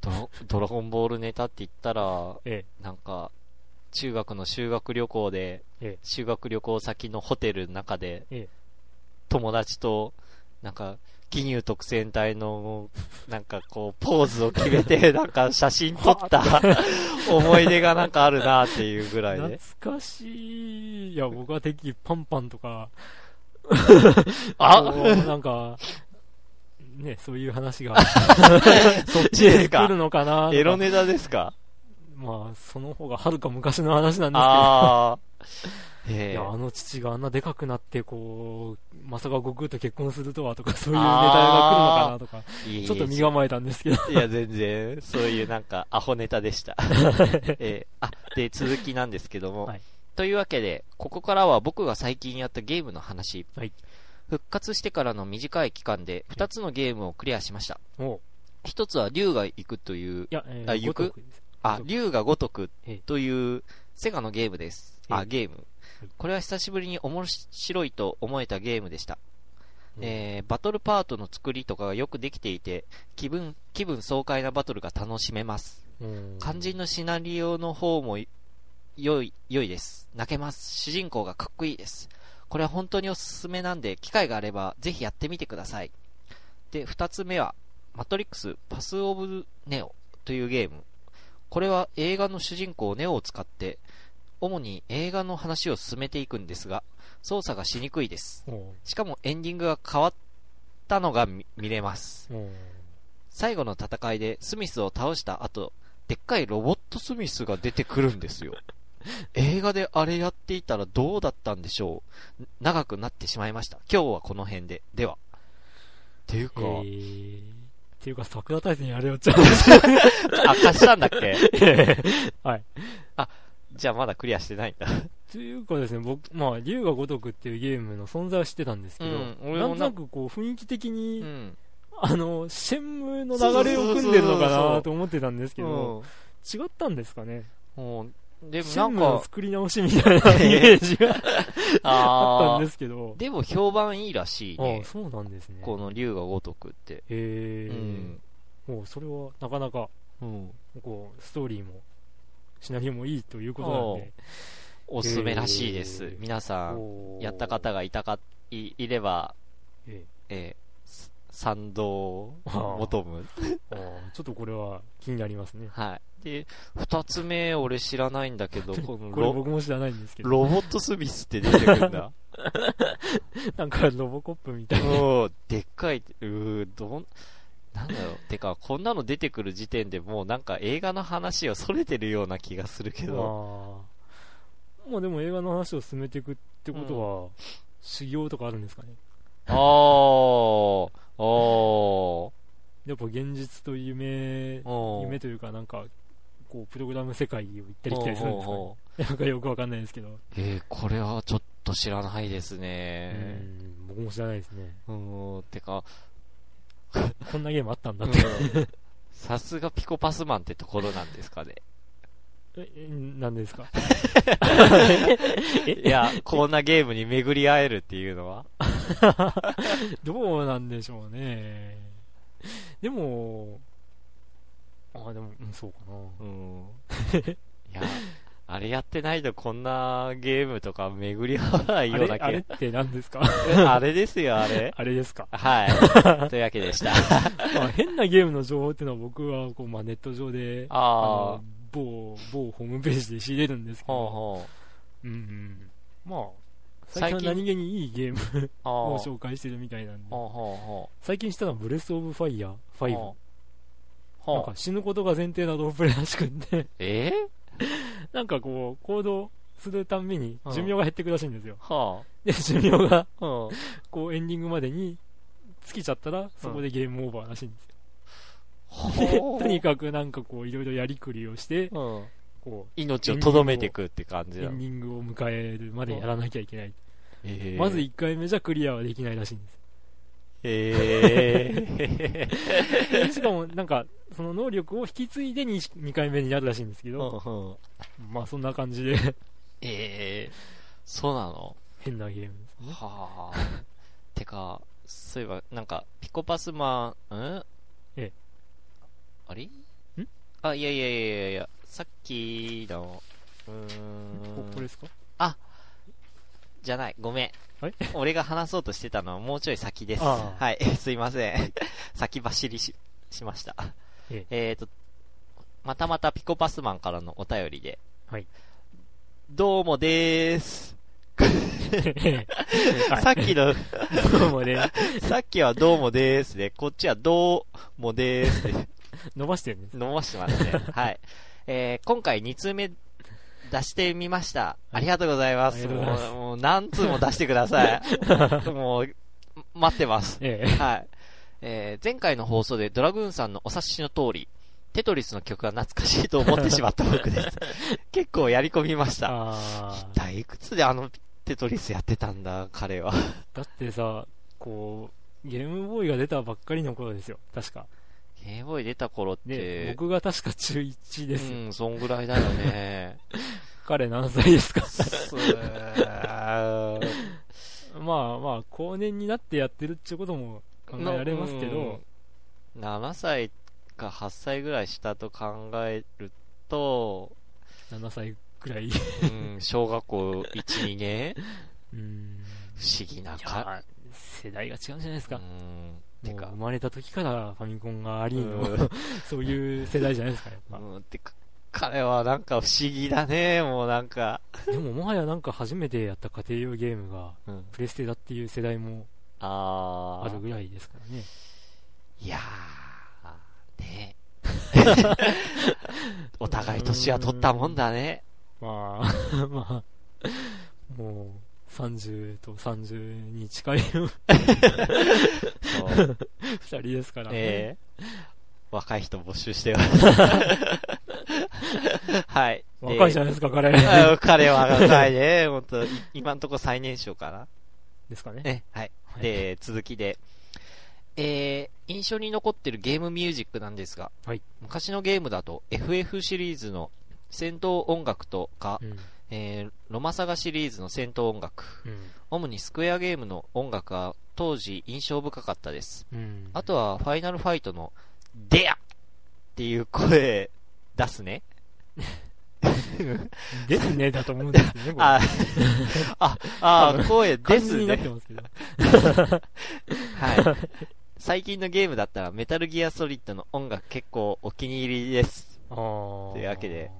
[SPEAKER 2] ドラドラゴンボールネタって言ったら、
[SPEAKER 1] え
[SPEAKER 2] なんか、中学の修学旅行で、
[SPEAKER 1] ええ
[SPEAKER 2] 修学旅行先のホテルの中で、
[SPEAKER 1] ええ
[SPEAKER 2] 友達と、なんか、義乳特選隊の、なんかこう、ポーズを決めて、なんか写真撮った思い出がなんかあるなっていうぐらい
[SPEAKER 1] 懐
[SPEAKER 2] で。
[SPEAKER 1] かしい。いや、僕は敵パンパンとか、こ
[SPEAKER 2] あ
[SPEAKER 1] うなんか、ね、そういう話
[SPEAKER 2] *laughs*
[SPEAKER 1] が
[SPEAKER 2] そっちです
[SPEAKER 1] 来
[SPEAKER 2] か
[SPEAKER 1] るのかなとか
[SPEAKER 2] *laughs* エロネタですか
[SPEAKER 1] まあ、その方がはるか昔の話なんです
[SPEAKER 2] あー。
[SPEAKER 1] け
[SPEAKER 2] ええ
[SPEAKER 1] ど、いや、あの父があんなでかくなって、こう、まさか悟空と結婚するとはとか、そういうネタが来るのかなとか、
[SPEAKER 2] いえいえ
[SPEAKER 1] ちょっと身構えたんですけど、
[SPEAKER 2] いや、全然、そういうなんか、アホネタ
[SPEAKER 1] *laughs*
[SPEAKER 2] でした。えーあ、で、続きなんですけども。
[SPEAKER 1] はい
[SPEAKER 2] というわけで、ここからは僕が最近やったゲームの話。
[SPEAKER 1] はい
[SPEAKER 2] 復活してからの短い期間で、2つのゲームをクリアしました。
[SPEAKER 1] もう、
[SPEAKER 2] 1つは、竜が行くという
[SPEAKER 1] い、や、えー、
[SPEAKER 2] あ行く
[SPEAKER 1] ごとです
[SPEAKER 2] あ、竜が如く
[SPEAKER 1] ええ
[SPEAKER 2] という、セガのゲームです。
[SPEAKER 1] ええ
[SPEAKER 2] あ、ゲーム。これは久しぶりに面白いと思えたゲームでした。
[SPEAKER 1] うん
[SPEAKER 2] えーバトルパートの作りとかがよくできていて、気分、気分爽快なバトルが楽しめます。
[SPEAKER 1] うん
[SPEAKER 2] 肝心のシナリオの方もい良い、良いです。泣けます。主人公がかっこいいです。これは本当におすすめなんで、機会があればぜひやってみてください。で、二つ目は、マトリックスパスオブネオというゲーム。これは映画の主人公ネオを使って、主に映画の話を進めていくんですが、操作がしにくいです。
[SPEAKER 1] も
[SPEAKER 2] しかもエンディングが変わったのが見見れます。
[SPEAKER 1] う、もう、
[SPEAKER 2] 最後の戦いでスミスを倒した後、でっかいロボットスミスが出てくるんですよ。映画であれやっていたらどうだったんでしょう長くなってしまいました。今日はこの辺で。では。っていうか
[SPEAKER 1] え、ー、っていうか、桜大戦やれよっ
[SPEAKER 2] *laughs*
[SPEAKER 1] ちゃう。
[SPEAKER 2] あ、貸したんだっけ *laughs*
[SPEAKER 1] はい。
[SPEAKER 2] じゃあまだクリアしてないんだ。
[SPEAKER 1] というかですね、僕、まあ、竜が如くっていうゲームの存在は知ってたんですけど、
[SPEAKER 2] うん俺
[SPEAKER 1] な
[SPEAKER 2] もなん
[SPEAKER 1] となくこう、雰囲気的
[SPEAKER 2] う
[SPEAKER 1] に、
[SPEAKER 2] ん。
[SPEAKER 1] あの、シェンムーの流れを組んでるのか
[SPEAKER 2] そうそうそうそ
[SPEAKER 1] な
[SPEAKER 2] う
[SPEAKER 1] と思ってたんですけ
[SPEAKER 2] う
[SPEAKER 1] ど、
[SPEAKER 2] ん
[SPEAKER 1] 違ったんですかね。
[SPEAKER 2] うん。でも
[SPEAKER 1] シ
[SPEAKER 2] な
[SPEAKER 1] ェン
[SPEAKER 2] ん
[SPEAKER 1] ムーの
[SPEAKER 2] か、
[SPEAKER 1] 作り直しみたいなイ
[SPEAKER 2] *laughs*
[SPEAKER 1] メージがあった
[SPEAKER 2] あ
[SPEAKER 1] んで
[SPEAKER 2] ー
[SPEAKER 1] すけど、
[SPEAKER 2] でも評判いいらしい
[SPEAKER 1] あ
[SPEAKER 2] ね
[SPEAKER 1] あ、。そうなんですね。
[SPEAKER 2] この竜が如くって。
[SPEAKER 1] え
[SPEAKER 2] う
[SPEAKER 1] ー、
[SPEAKER 2] ん。
[SPEAKER 1] もう、それはなかなか、
[SPEAKER 2] うん
[SPEAKER 1] こう、ストーリーも、シナリオもいいということなんで、
[SPEAKER 2] おすすめらしいです。
[SPEAKER 1] えー
[SPEAKER 2] 皆さん、
[SPEAKER 1] おー
[SPEAKER 2] やった方がいたか、いいれば、
[SPEAKER 1] ええ
[SPEAKER 2] えーす賛同を求む。
[SPEAKER 1] あーちょっとこれは気になりますね。
[SPEAKER 2] はい。で、二つ目、俺知らないんだ
[SPEAKER 1] *laughs*
[SPEAKER 2] けど、この
[SPEAKER 1] これ
[SPEAKER 2] ロ
[SPEAKER 1] 僕も知らないんですけど、
[SPEAKER 2] ロボットスミスって出てくる
[SPEAKER 1] *laughs*
[SPEAKER 2] んだ。
[SPEAKER 1] なんかロボコップみたいな。
[SPEAKER 2] おーでっかい、うーどん、なんだろう。てか、こんなの出てくる時点でもうなんか映画の話を逸れてるような気がするけど。
[SPEAKER 1] あーまあでも映画の話を進めていくってことは、修行とかあるんですかね。
[SPEAKER 2] あー、おー、
[SPEAKER 1] やっぱ現実と夢、
[SPEAKER 2] おー。
[SPEAKER 1] 夢というかなんか、こう、プログラム世界を行ったり来たりするんですか
[SPEAKER 2] おーおー
[SPEAKER 1] ね
[SPEAKER 2] おー。
[SPEAKER 1] なんかよくわかんないですけど。
[SPEAKER 2] えー、これはちょっと知らないですね。
[SPEAKER 1] うん僕も知らないです
[SPEAKER 2] *laughs*
[SPEAKER 1] ね。
[SPEAKER 2] うん、てか、
[SPEAKER 1] こんなゲームあったんだ
[SPEAKER 2] う
[SPEAKER 1] っ
[SPEAKER 2] ん
[SPEAKER 1] て。
[SPEAKER 2] さすがピコパスマンってところなんですかね。
[SPEAKER 1] ええ何です
[SPEAKER 2] *laughs*
[SPEAKER 1] か
[SPEAKER 2] いや、こんなゲームに巡り会えるっていうのは。
[SPEAKER 1] どうなんでしょうね。で
[SPEAKER 2] *laughs*
[SPEAKER 1] も、あーでも、うんそうかな。
[SPEAKER 2] うん。いや、あれやってないとこんなゲームとか巡り合わない
[SPEAKER 1] あ
[SPEAKER 2] よう
[SPEAKER 1] れ
[SPEAKER 2] な
[SPEAKER 1] あれっ
[SPEAKER 2] 気
[SPEAKER 1] て何ですか
[SPEAKER 2] が。あれですよ、あれ。
[SPEAKER 1] あれですか、
[SPEAKER 2] *laughs* はい。というわけでした。
[SPEAKER 1] まあ、変なゲームの情報っていうのは僕はこう、まあ、ネット上であ
[SPEAKER 2] ああ
[SPEAKER 1] の。某某ホームページで仕入れるんですけど、
[SPEAKER 2] ほうほう。
[SPEAKER 1] うんうん、まあ
[SPEAKER 2] 最
[SPEAKER 1] 最
[SPEAKER 2] 近
[SPEAKER 1] 近は何気にいいゲーム
[SPEAKER 2] ああ。
[SPEAKER 1] を
[SPEAKER 2] ほう
[SPEAKER 1] 紹介してるみたいなんで
[SPEAKER 2] ほうほ
[SPEAKER 1] 最近したのはブレス・オブ・ファイヤー
[SPEAKER 2] う。
[SPEAKER 1] 5
[SPEAKER 2] ほう
[SPEAKER 1] なんか死ぬことが前提なロープレイらしくん *laughs* で
[SPEAKER 2] え
[SPEAKER 1] なんかこう行動するたんびに
[SPEAKER 2] うん
[SPEAKER 1] 寿命が減ってくらしいんですよ
[SPEAKER 2] は
[SPEAKER 1] で寿命が
[SPEAKER 2] あ。うん。
[SPEAKER 1] *laughs* こうエンディングまでに尽きちゃったらそこでゲームオーバーらしいんですよ、で
[SPEAKER 2] *laughs* ほう
[SPEAKER 1] とにかくなんかこういろいろやりくりをして
[SPEAKER 2] うん。
[SPEAKER 1] こ
[SPEAKER 2] 命をとどめていくって感
[SPEAKER 1] う
[SPEAKER 2] じ
[SPEAKER 1] エ
[SPEAKER 2] だ
[SPEAKER 1] ン。ディングを迎えるまでやらなきゃいけない、
[SPEAKER 2] ええ
[SPEAKER 1] まず1回目じゃクリアはできないらしいん
[SPEAKER 2] *laughs*
[SPEAKER 1] です
[SPEAKER 2] ええ
[SPEAKER 1] *laughs* でしかもなんかその能力を引き継いで 2, 2回目になるらしいんですけ
[SPEAKER 2] うん
[SPEAKER 1] ど、
[SPEAKER 2] うん
[SPEAKER 1] まあそんな感じで
[SPEAKER 2] ええそうなの
[SPEAKER 1] 変なゲームです
[SPEAKER 2] はあ。てか、そういえば、なんか、ピコパスマン、ん
[SPEAKER 1] ええ
[SPEAKER 2] あれんあ、いやいやいやいやいや、さっきの、うー
[SPEAKER 1] ここ
[SPEAKER 2] ん、
[SPEAKER 1] れ
[SPEAKER 2] *laughs*
[SPEAKER 1] ですか
[SPEAKER 2] じゃない、ごめん
[SPEAKER 1] はい。
[SPEAKER 2] 俺が話そうとしてたのはもうちょい先です。
[SPEAKER 1] ああ
[SPEAKER 2] はい、 *laughs* すいません。先走りし、しました。
[SPEAKER 1] え
[SPEAKER 2] えーと、またまたピコパスマンからのお便りで。
[SPEAKER 1] はい。
[SPEAKER 2] どうもでーす。
[SPEAKER 1] はい
[SPEAKER 2] さっきの、 *laughs*
[SPEAKER 1] どうもね
[SPEAKER 2] さっきはどうもでーすで、こっちはどうもでーすで、
[SPEAKER 1] 伸ばしてるんです
[SPEAKER 2] 飲ましてますね。はい。えー、今回2通目出してみました。
[SPEAKER 1] い
[SPEAKER 2] ありがとうございま
[SPEAKER 1] あ
[SPEAKER 2] す。
[SPEAKER 1] りがとうございます
[SPEAKER 2] もうもう何通も出してく
[SPEAKER 1] *laughs*
[SPEAKER 2] ださい。もう、待ってます。
[SPEAKER 1] *laughs* え
[SPEAKER 2] *laughs* はい。えー、前回の放送でドラグーンさんのお察しの通り、テトリスの曲が懐かしいと思ってしまった僕
[SPEAKER 1] *laughs*
[SPEAKER 2] です。結構やり込みまし
[SPEAKER 1] え
[SPEAKER 2] た。
[SPEAKER 1] あー
[SPEAKER 2] だいくつであのテトリスやってたんだ、彼は。
[SPEAKER 1] だってさこうゲームボーイが出たばっかりの頃ですよ確か
[SPEAKER 2] ゲームボーイ出た頃って、
[SPEAKER 1] で、僕が確か中1ですよ、
[SPEAKER 2] うん、そんぐらいだよね。
[SPEAKER 1] 彼何歳です
[SPEAKER 2] *laughs*
[SPEAKER 1] か
[SPEAKER 2] すー
[SPEAKER 1] まあまあ後年になってやってるってことも考えられますけど、
[SPEAKER 2] うん7歳か8歳ぐらい下と考えると、
[SPEAKER 1] 7歳くら
[SPEAKER 2] *laughs*
[SPEAKER 1] い
[SPEAKER 2] うん、小学校1、2年
[SPEAKER 1] うん
[SPEAKER 2] 不思議ないか。
[SPEAKER 1] や世代が違うんじゃないです
[SPEAKER 2] う
[SPEAKER 1] か、
[SPEAKER 2] ん、て
[SPEAKER 1] もう
[SPEAKER 2] か
[SPEAKER 1] 生、まれた時からファミコンがありの、
[SPEAKER 2] うん
[SPEAKER 1] *laughs* そういう世代じゃないですか、やっぱ。
[SPEAKER 2] うん、てか、彼はなんか不思議だね、もうなんか。
[SPEAKER 1] でも、もはやなんか初めてやった家庭用ゲームが、
[SPEAKER 2] うん、
[SPEAKER 1] プレステだっていう世代も
[SPEAKER 2] あ
[SPEAKER 1] ある
[SPEAKER 2] ー、
[SPEAKER 1] ぐらいですからね。
[SPEAKER 2] いやー、 *laughs* ねお互い年は取ったもんだね。
[SPEAKER 1] まあ、 *laughs* まあ、もう、30と30に近い
[SPEAKER 2] そう
[SPEAKER 1] 二人ですから、
[SPEAKER 2] ええ若い人募集 *laughs* してます。はい。
[SPEAKER 1] 若いじゃ
[SPEAKER 2] ゃ
[SPEAKER 1] ないですか、彼。
[SPEAKER 2] ん。彼は若いね。本当い今んとこ最年少かな。
[SPEAKER 1] ですかね。
[SPEAKER 2] ね、はい。で、続きで。えー、印象に残ってるゲームミュージックなんですが、
[SPEAKER 1] はい
[SPEAKER 2] 昔のゲームだと FF シリーズの戦闘音楽とか、
[SPEAKER 1] うん。
[SPEAKER 2] えーロマサガシリーズの戦闘音楽、
[SPEAKER 1] うん。
[SPEAKER 2] 主にスクエアゲームの音楽は当時印象深かったです。
[SPEAKER 1] うん。
[SPEAKER 2] あとは、ファイナルファイトの、でやっていう声、出すね。
[SPEAKER 1] ですね、だと思うんですけどね、これ。
[SPEAKER 2] あ、あ、 *laughs* あ
[SPEAKER 1] 多、分
[SPEAKER 2] 声
[SPEAKER 1] 漢
[SPEAKER 2] で
[SPEAKER 1] 字
[SPEAKER 2] す
[SPEAKER 1] になって
[SPEAKER 2] ね。
[SPEAKER 1] ますけど。
[SPEAKER 2] はい。最近のゲームだったら、メタルギアソリッドの音楽結構お気に入りです。
[SPEAKER 1] あー
[SPEAKER 2] というわけで。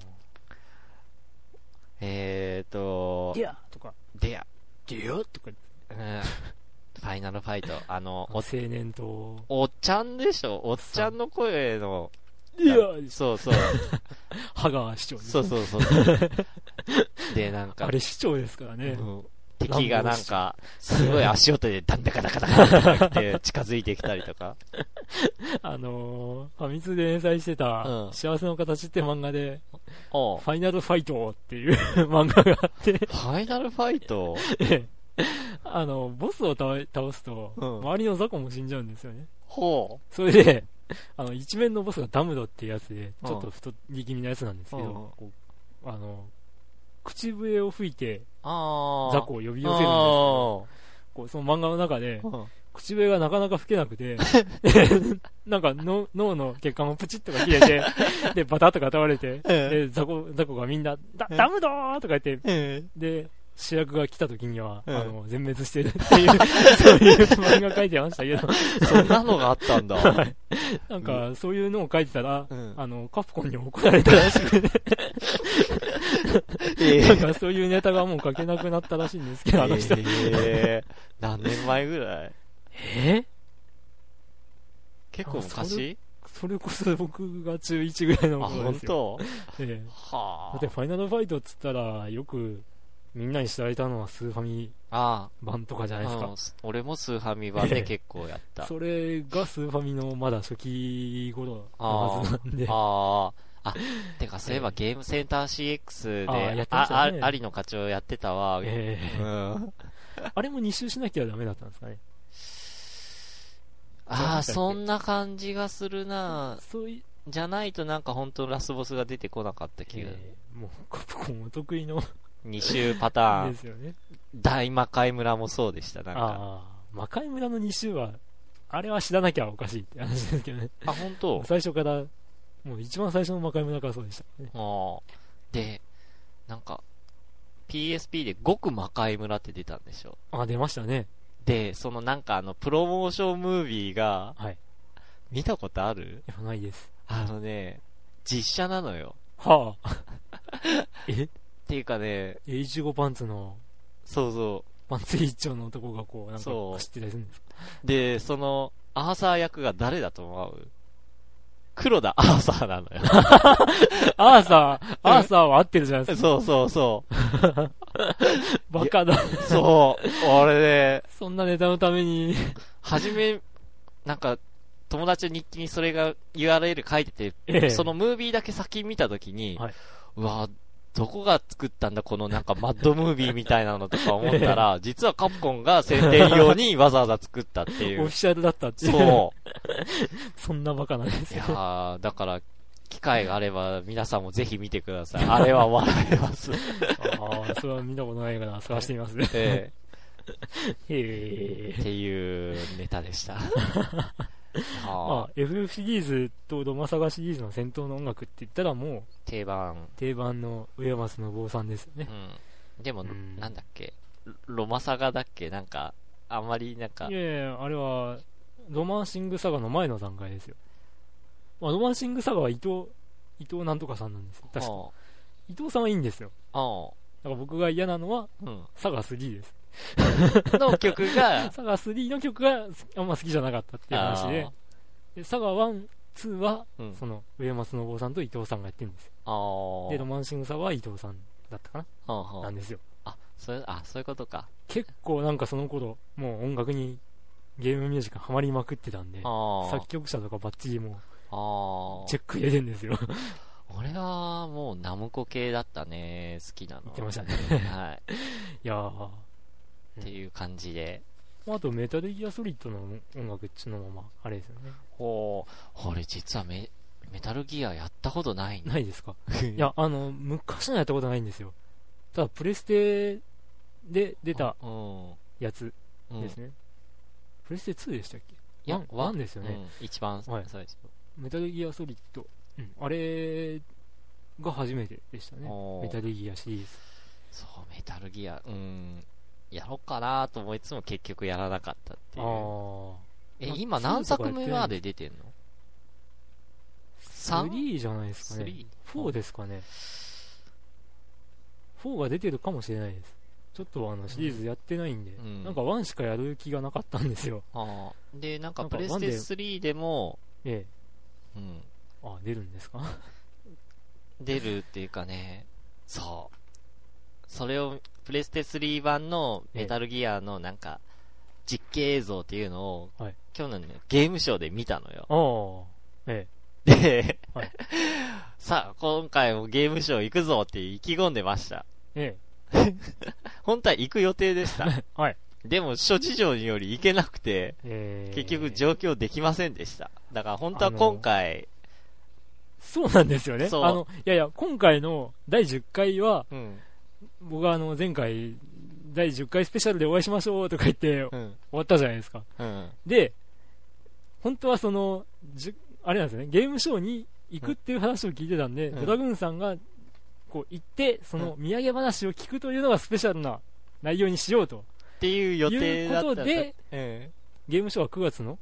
[SPEAKER 2] えーと
[SPEAKER 1] デ、ィアとか、
[SPEAKER 2] でや、
[SPEAKER 1] ディアとか、
[SPEAKER 2] うん、ファイナルファイト、あの、
[SPEAKER 1] お
[SPEAKER 2] お
[SPEAKER 1] 青、年と、
[SPEAKER 2] おっちゃんでしょおっちゃんの声の、
[SPEAKER 1] ディア
[SPEAKER 2] そうそう、
[SPEAKER 1] 歯が市長です
[SPEAKER 2] そうそうそうそう。で、なんか
[SPEAKER 1] あ、れ市長ですからね、
[SPEAKER 2] うん敵がなんか、すごい足音でダンダカダカダカダカって近づいてきたりとか。
[SPEAKER 1] あのー、ファミ通で連載してた、
[SPEAKER 2] うん
[SPEAKER 1] 幸せの形って漫画で、
[SPEAKER 2] おう
[SPEAKER 1] ファイナルファイトっていう漫画があって、
[SPEAKER 2] ファイナルファイト
[SPEAKER 1] あの、ボスを倒倒すと、
[SPEAKER 2] うん
[SPEAKER 1] 周りの雑魚も死んじゃうんですよね。
[SPEAKER 2] ほ
[SPEAKER 1] それで、あの、一面のボスがダムドっていうやつで、
[SPEAKER 2] うん
[SPEAKER 1] ちょっと太り気味なやつなんですけど、
[SPEAKER 2] うん
[SPEAKER 1] こうあの、口笛を吹いて
[SPEAKER 2] う。ああ。
[SPEAKER 1] 雑魚を呼び寄せるんですけど、こうその漫画の中で、
[SPEAKER 2] うん *laughs*
[SPEAKER 1] 口笛がなかなか吹けなくて、なんかの脳の血管もプチッとか切れ
[SPEAKER 2] *laughs*
[SPEAKER 1] て、で、バタッとか倒れて、
[SPEAKER 2] うん
[SPEAKER 1] で、ザコ、ザコがみんな、ダ
[SPEAKER 2] うん
[SPEAKER 1] ダムドーとか言って、
[SPEAKER 2] うん
[SPEAKER 1] で、主役が来た時には、
[SPEAKER 2] うん
[SPEAKER 1] あの、全滅してる
[SPEAKER 2] *laughs*
[SPEAKER 1] っていう、そういう漫画書いてましたけど、
[SPEAKER 2] そんなのがあった
[SPEAKER 1] *laughs*
[SPEAKER 2] んだ。
[SPEAKER 1] なんか、そういうのを書いてたら、
[SPEAKER 2] うん
[SPEAKER 1] あの、カプコンに怒られたらしくて、
[SPEAKER 2] え
[SPEAKER 1] なんかそういうネタがもう書けなくなったらしいんですけど、あの人。
[SPEAKER 2] えー何年前ぐらい
[SPEAKER 1] え
[SPEAKER 2] 結構
[SPEAKER 1] あそ
[SPEAKER 2] 昔
[SPEAKER 1] それこそ僕が中1ぐらい
[SPEAKER 2] あ、
[SPEAKER 1] の頃
[SPEAKER 2] 本
[SPEAKER 1] ですよ。
[SPEAKER 2] 当
[SPEAKER 1] ええだ
[SPEAKER 2] は
[SPEAKER 1] って、ファイナルファイトっつったら、よく、みんなに知られたのはスーファミ
[SPEAKER 2] あ。
[SPEAKER 1] 版とかじゃ
[SPEAKER 2] あ
[SPEAKER 1] ないです
[SPEAKER 2] あ、
[SPEAKER 1] か
[SPEAKER 2] うん。俺もスーハミはね、
[SPEAKER 1] ええ
[SPEAKER 2] 結構やった。
[SPEAKER 1] それがスーファミのまだ初期頃のはずなんで、
[SPEAKER 2] ああ。あ、てか、そういえばゲームセンター CX
[SPEAKER 1] あーや
[SPEAKER 2] で
[SPEAKER 1] っ、てました
[SPEAKER 2] あ
[SPEAKER 1] ね、
[SPEAKER 2] ありの課長やってたわ。
[SPEAKER 1] え *laughs* え *laughs*
[SPEAKER 2] うん。
[SPEAKER 1] あれも2周しなきゃダメだったんですかね。そうだっ
[SPEAKER 2] ああ、
[SPEAKER 1] たっけ
[SPEAKER 2] そんな感じがするな
[SPEAKER 1] そうい
[SPEAKER 2] じゃないとなんか本当ラスボスが出てこなかった気が。
[SPEAKER 1] ええもうカプコンお得意の
[SPEAKER 2] 2周パター
[SPEAKER 1] で
[SPEAKER 2] ン。
[SPEAKER 1] すよね。
[SPEAKER 2] 大魔界村もそうでした、なんか。
[SPEAKER 1] ああ、魔界村の2周は、あれは知らなきゃおかしいって話ですけどね。
[SPEAKER 2] あ、本当
[SPEAKER 1] 最初から、もう一番最初の魔界村からそうでしたね。
[SPEAKER 2] あーで、なんか、PSP で極魔界村って出たんでしょ。
[SPEAKER 1] あ、出ましたね。
[SPEAKER 2] で、そのなんかあの、プロモーションムービーが、
[SPEAKER 1] はい。
[SPEAKER 2] 見たことある
[SPEAKER 1] いや、ないです。
[SPEAKER 2] あのね、実写なのよ。
[SPEAKER 1] は *laughs* あ。え
[SPEAKER 2] っていうかね、
[SPEAKER 1] ?A15 パンツの、
[SPEAKER 2] そうそ
[SPEAKER 1] パンツ一丁の男がこう、なんか
[SPEAKER 2] そう
[SPEAKER 1] 走ってたりするんですか
[SPEAKER 2] う。で、その、アーサー役が誰だと思う黒田アーサーなの *laughs* よ。
[SPEAKER 1] アーサー、
[SPEAKER 2] *laughs*
[SPEAKER 1] アーサーは合ってるじゃないですか。
[SPEAKER 2] そうそうそ
[SPEAKER 1] バカだ。
[SPEAKER 2] う。そう。俺ね、
[SPEAKER 1] そんなネタのために。
[SPEAKER 2] はじめ、なんか、友達の日記にそれが URL 書いてて、
[SPEAKER 1] ええ
[SPEAKER 2] そのムービーだけ先見たときに、
[SPEAKER 1] はいう
[SPEAKER 2] わどこが作ったんだ、このなんかマッドムービーみたいなのとか思った *laughs* ら、実はカプコンが宣伝用にわざわざ作ったってい
[SPEAKER 1] オフィ
[SPEAKER 2] う。
[SPEAKER 1] シャルだったっていう。
[SPEAKER 2] そう。
[SPEAKER 1] そんなバカなんです
[SPEAKER 2] いや
[SPEAKER 1] よ。
[SPEAKER 2] ー、だから、機会があれば、皆さんもぜひ見てください。 *laughs* あれは笑えます。
[SPEAKER 1] ああ、それは見たことないから探してみますね。
[SPEAKER 2] え
[SPEAKER 1] へ
[SPEAKER 2] え
[SPEAKER 1] え。
[SPEAKER 2] っていうネタで *laughs* した。
[SPEAKER 1] ま
[SPEAKER 2] は
[SPEAKER 1] あ、FF シリーズとドマサガシリーズの戦闘の音楽って言ったらもう
[SPEAKER 2] あ、定番。
[SPEAKER 1] 定番の上松の坊さんですよ
[SPEAKER 2] う
[SPEAKER 1] ね。
[SPEAKER 2] ん。 *laughs* でも、
[SPEAKER 1] うん
[SPEAKER 2] なんだっけ、ロロマサガだっけなんか、あんまりなんか
[SPEAKER 1] い、やいや、あれは、ロマンシングサガの前の段階ですよ。まあ、ロマンシングサガは伊藤、伊藤なんとかさんなんですよ。確か。
[SPEAKER 2] は
[SPEAKER 1] 伊藤さんはいいんですよ。
[SPEAKER 2] あは
[SPEAKER 1] だから僕が嫌なのは、
[SPEAKER 2] あうん。
[SPEAKER 1] サガ3です。
[SPEAKER 2] の曲
[SPEAKER 1] *laughs*
[SPEAKER 2] が、
[SPEAKER 1] サガ3の曲があんま好きじゃなかったっていう話で
[SPEAKER 2] あ、
[SPEAKER 1] でサガ1、2は、
[SPEAKER 2] ーうん。
[SPEAKER 1] その、上松の坊さんと伊藤さんがやってるんですよ。
[SPEAKER 2] あー
[SPEAKER 1] で、ロマンシングサガは伊藤さんだったかな、
[SPEAKER 2] はあは
[SPEAKER 1] な
[SPEAKER 2] あ
[SPEAKER 1] んですよ。
[SPEAKER 2] あ、それ、あ、そういうことか。
[SPEAKER 1] 結構なんかその頃、もう音楽にゲームミュージックハマりまくってたんで、
[SPEAKER 2] ああ。
[SPEAKER 1] 作曲者とかバッチリも
[SPEAKER 2] あ
[SPEAKER 1] う
[SPEAKER 2] あ。
[SPEAKER 1] チェック入れてんですよ。 *laughs*
[SPEAKER 2] 俺はもうナムコ系だったね。好きなの。
[SPEAKER 1] 言ってましたね。
[SPEAKER 2] はい。
[SPEAKER 1] いやー。
[SPEAKER 2] っていう感じで。
[SPEAKER 1] あと、メタルギアソリッドの音楽っちのまま、あれですよね。
[SPEAKER 2] ほう。俺実はメ、メタルギアやったことないんだ。
[SPEAKER 1] ないですか
[SPEAKER 2] い
[SPEAKER 1] い、や、あの、昔のやったことないんですよ。ただ、プレステで出た
[SPEAKER 2] うん。
[SPEAKER 1] やつ
[SPEAKER 2] うん。
[SPEAKER 1] ですね。プレステ2でしたっけ
[SPEAKER 2] いや
[SPEAKER 1] ワン
[SPEAKER 2] ワン
[SPEAKER 1] ワンですよね
[SPEAKER 2] うん一番最
[SPEAKER 1] はい
[SPEAKER 2] 初。
[SPEAKER 1] メタルギアソリッド。うんあれが初めてでしたね。
[SPEAKER 2] おー
[SPEAKER 1] メタルギアシリーズ。
[SPEAKER 2] そう、メタルギア。うん。やろうかなと思いつも結局やらなかったって
[SPEAKER 1] あ
[SPEAKER 2] いう。
[SPEAKER 1] ー。
[SPEAKER 2] え
[SPEAKER 1] ま、
[SPEAKER 2] 今
[SPEAKER 1] ツー
[SPEAKER 2] 何作
[SPEAKER 1] とかやっ
[SPEAKER 2] 目
[SPEAKER 1] てない
[SPEAKER 2] まで出てんの ?3?
[SPEAKER 1] 3じゃないですかね。
[SPEAKER 2] 3
[SPEAKER 1] 4ですかね。4が出てるかもしれないです。ちょっとあのシリーズやってないんで、
[SPEAKER 2] うん
[SPEAKER 1] なんか1しかやる気がなかったんですよ。
[SPEAKER 2] ああ。で、なんか
[SPEAKER 1] なん
[SPEAKER 2] プ
[SPEAKER 1] か
[SPEAKER 2] レステ
[SPEAKER 1] ワンで
[SPEAKER 2] 3でも、
[SPEAKER 1] ええ。
[SPEAKER 2] うん。
[SPEAKER 1] あ、出るんですか
[SPEAKER 2] 出るっていうかね、そう。それを、プレステ3版のメタルギアのなんか、実景映像っていうのを、
[SPEAKER 1] はい
[SPEAKER 2] 去年のゲームショーで見たのよ。
[SPEAKER 1] ああ。え
[SPEAKER 2] で、
[SPEAKER 1] はい
[SPEAKER 2] さあ、今回もゲームショー行くぞって意気込んでました。
[SPEAKER 1] え。え
[SPEAKER 2] 本当は行く予定
[SPEAKER 1] *laughs*
[SPEAKER 2] でした。
[SPEAKER 1] え。はい。
[SPEAKER 2] でも、諸事情により行けなくて、
[SPEAKER 1] ええ。
[SPEAKER 2] 結局上京できませんでした。だから本当は今回、
[SPEAKER 1] そうなんですよね。
[SPEAKER 2] そう
[SPEAKER 1] あの、いやいや、今回の第10回は、
[SPEAKER 2] うん、
[SPEAKER 1] 僕はあの、前回、第10回スペシャルでお会いしましょうとか言って終
[SPEAKER 2] うん、
[SPEAKER 1] わったじゃないですか。
[SPEAKER 2] うん、
[SPEAKER 1] で、本当はその、じゅあれなんですよね、ゲームショーに行くっていう話を聞いてたんで、
[SPEAKER 2] うん
[SPEAKER 1] ドラグーンさんがこう行って、その土産話を聞くというのがスペシャルな内容にしようと
[SPEAKER 2] ていう予
[SPEAKER 1] い
[SPEAKER 2] 定
[SPEAKER 1] う
[SPEAKER 2] だっ
[SPEAKER 1] こ
[SPEAKER 2] た
[SPEAKER 1] と
[SPEAKER 2] ん
[SPEAKER 1] で、
[SPEAKER 2] うん
[SPEAKER 1] ゲームショーは9月の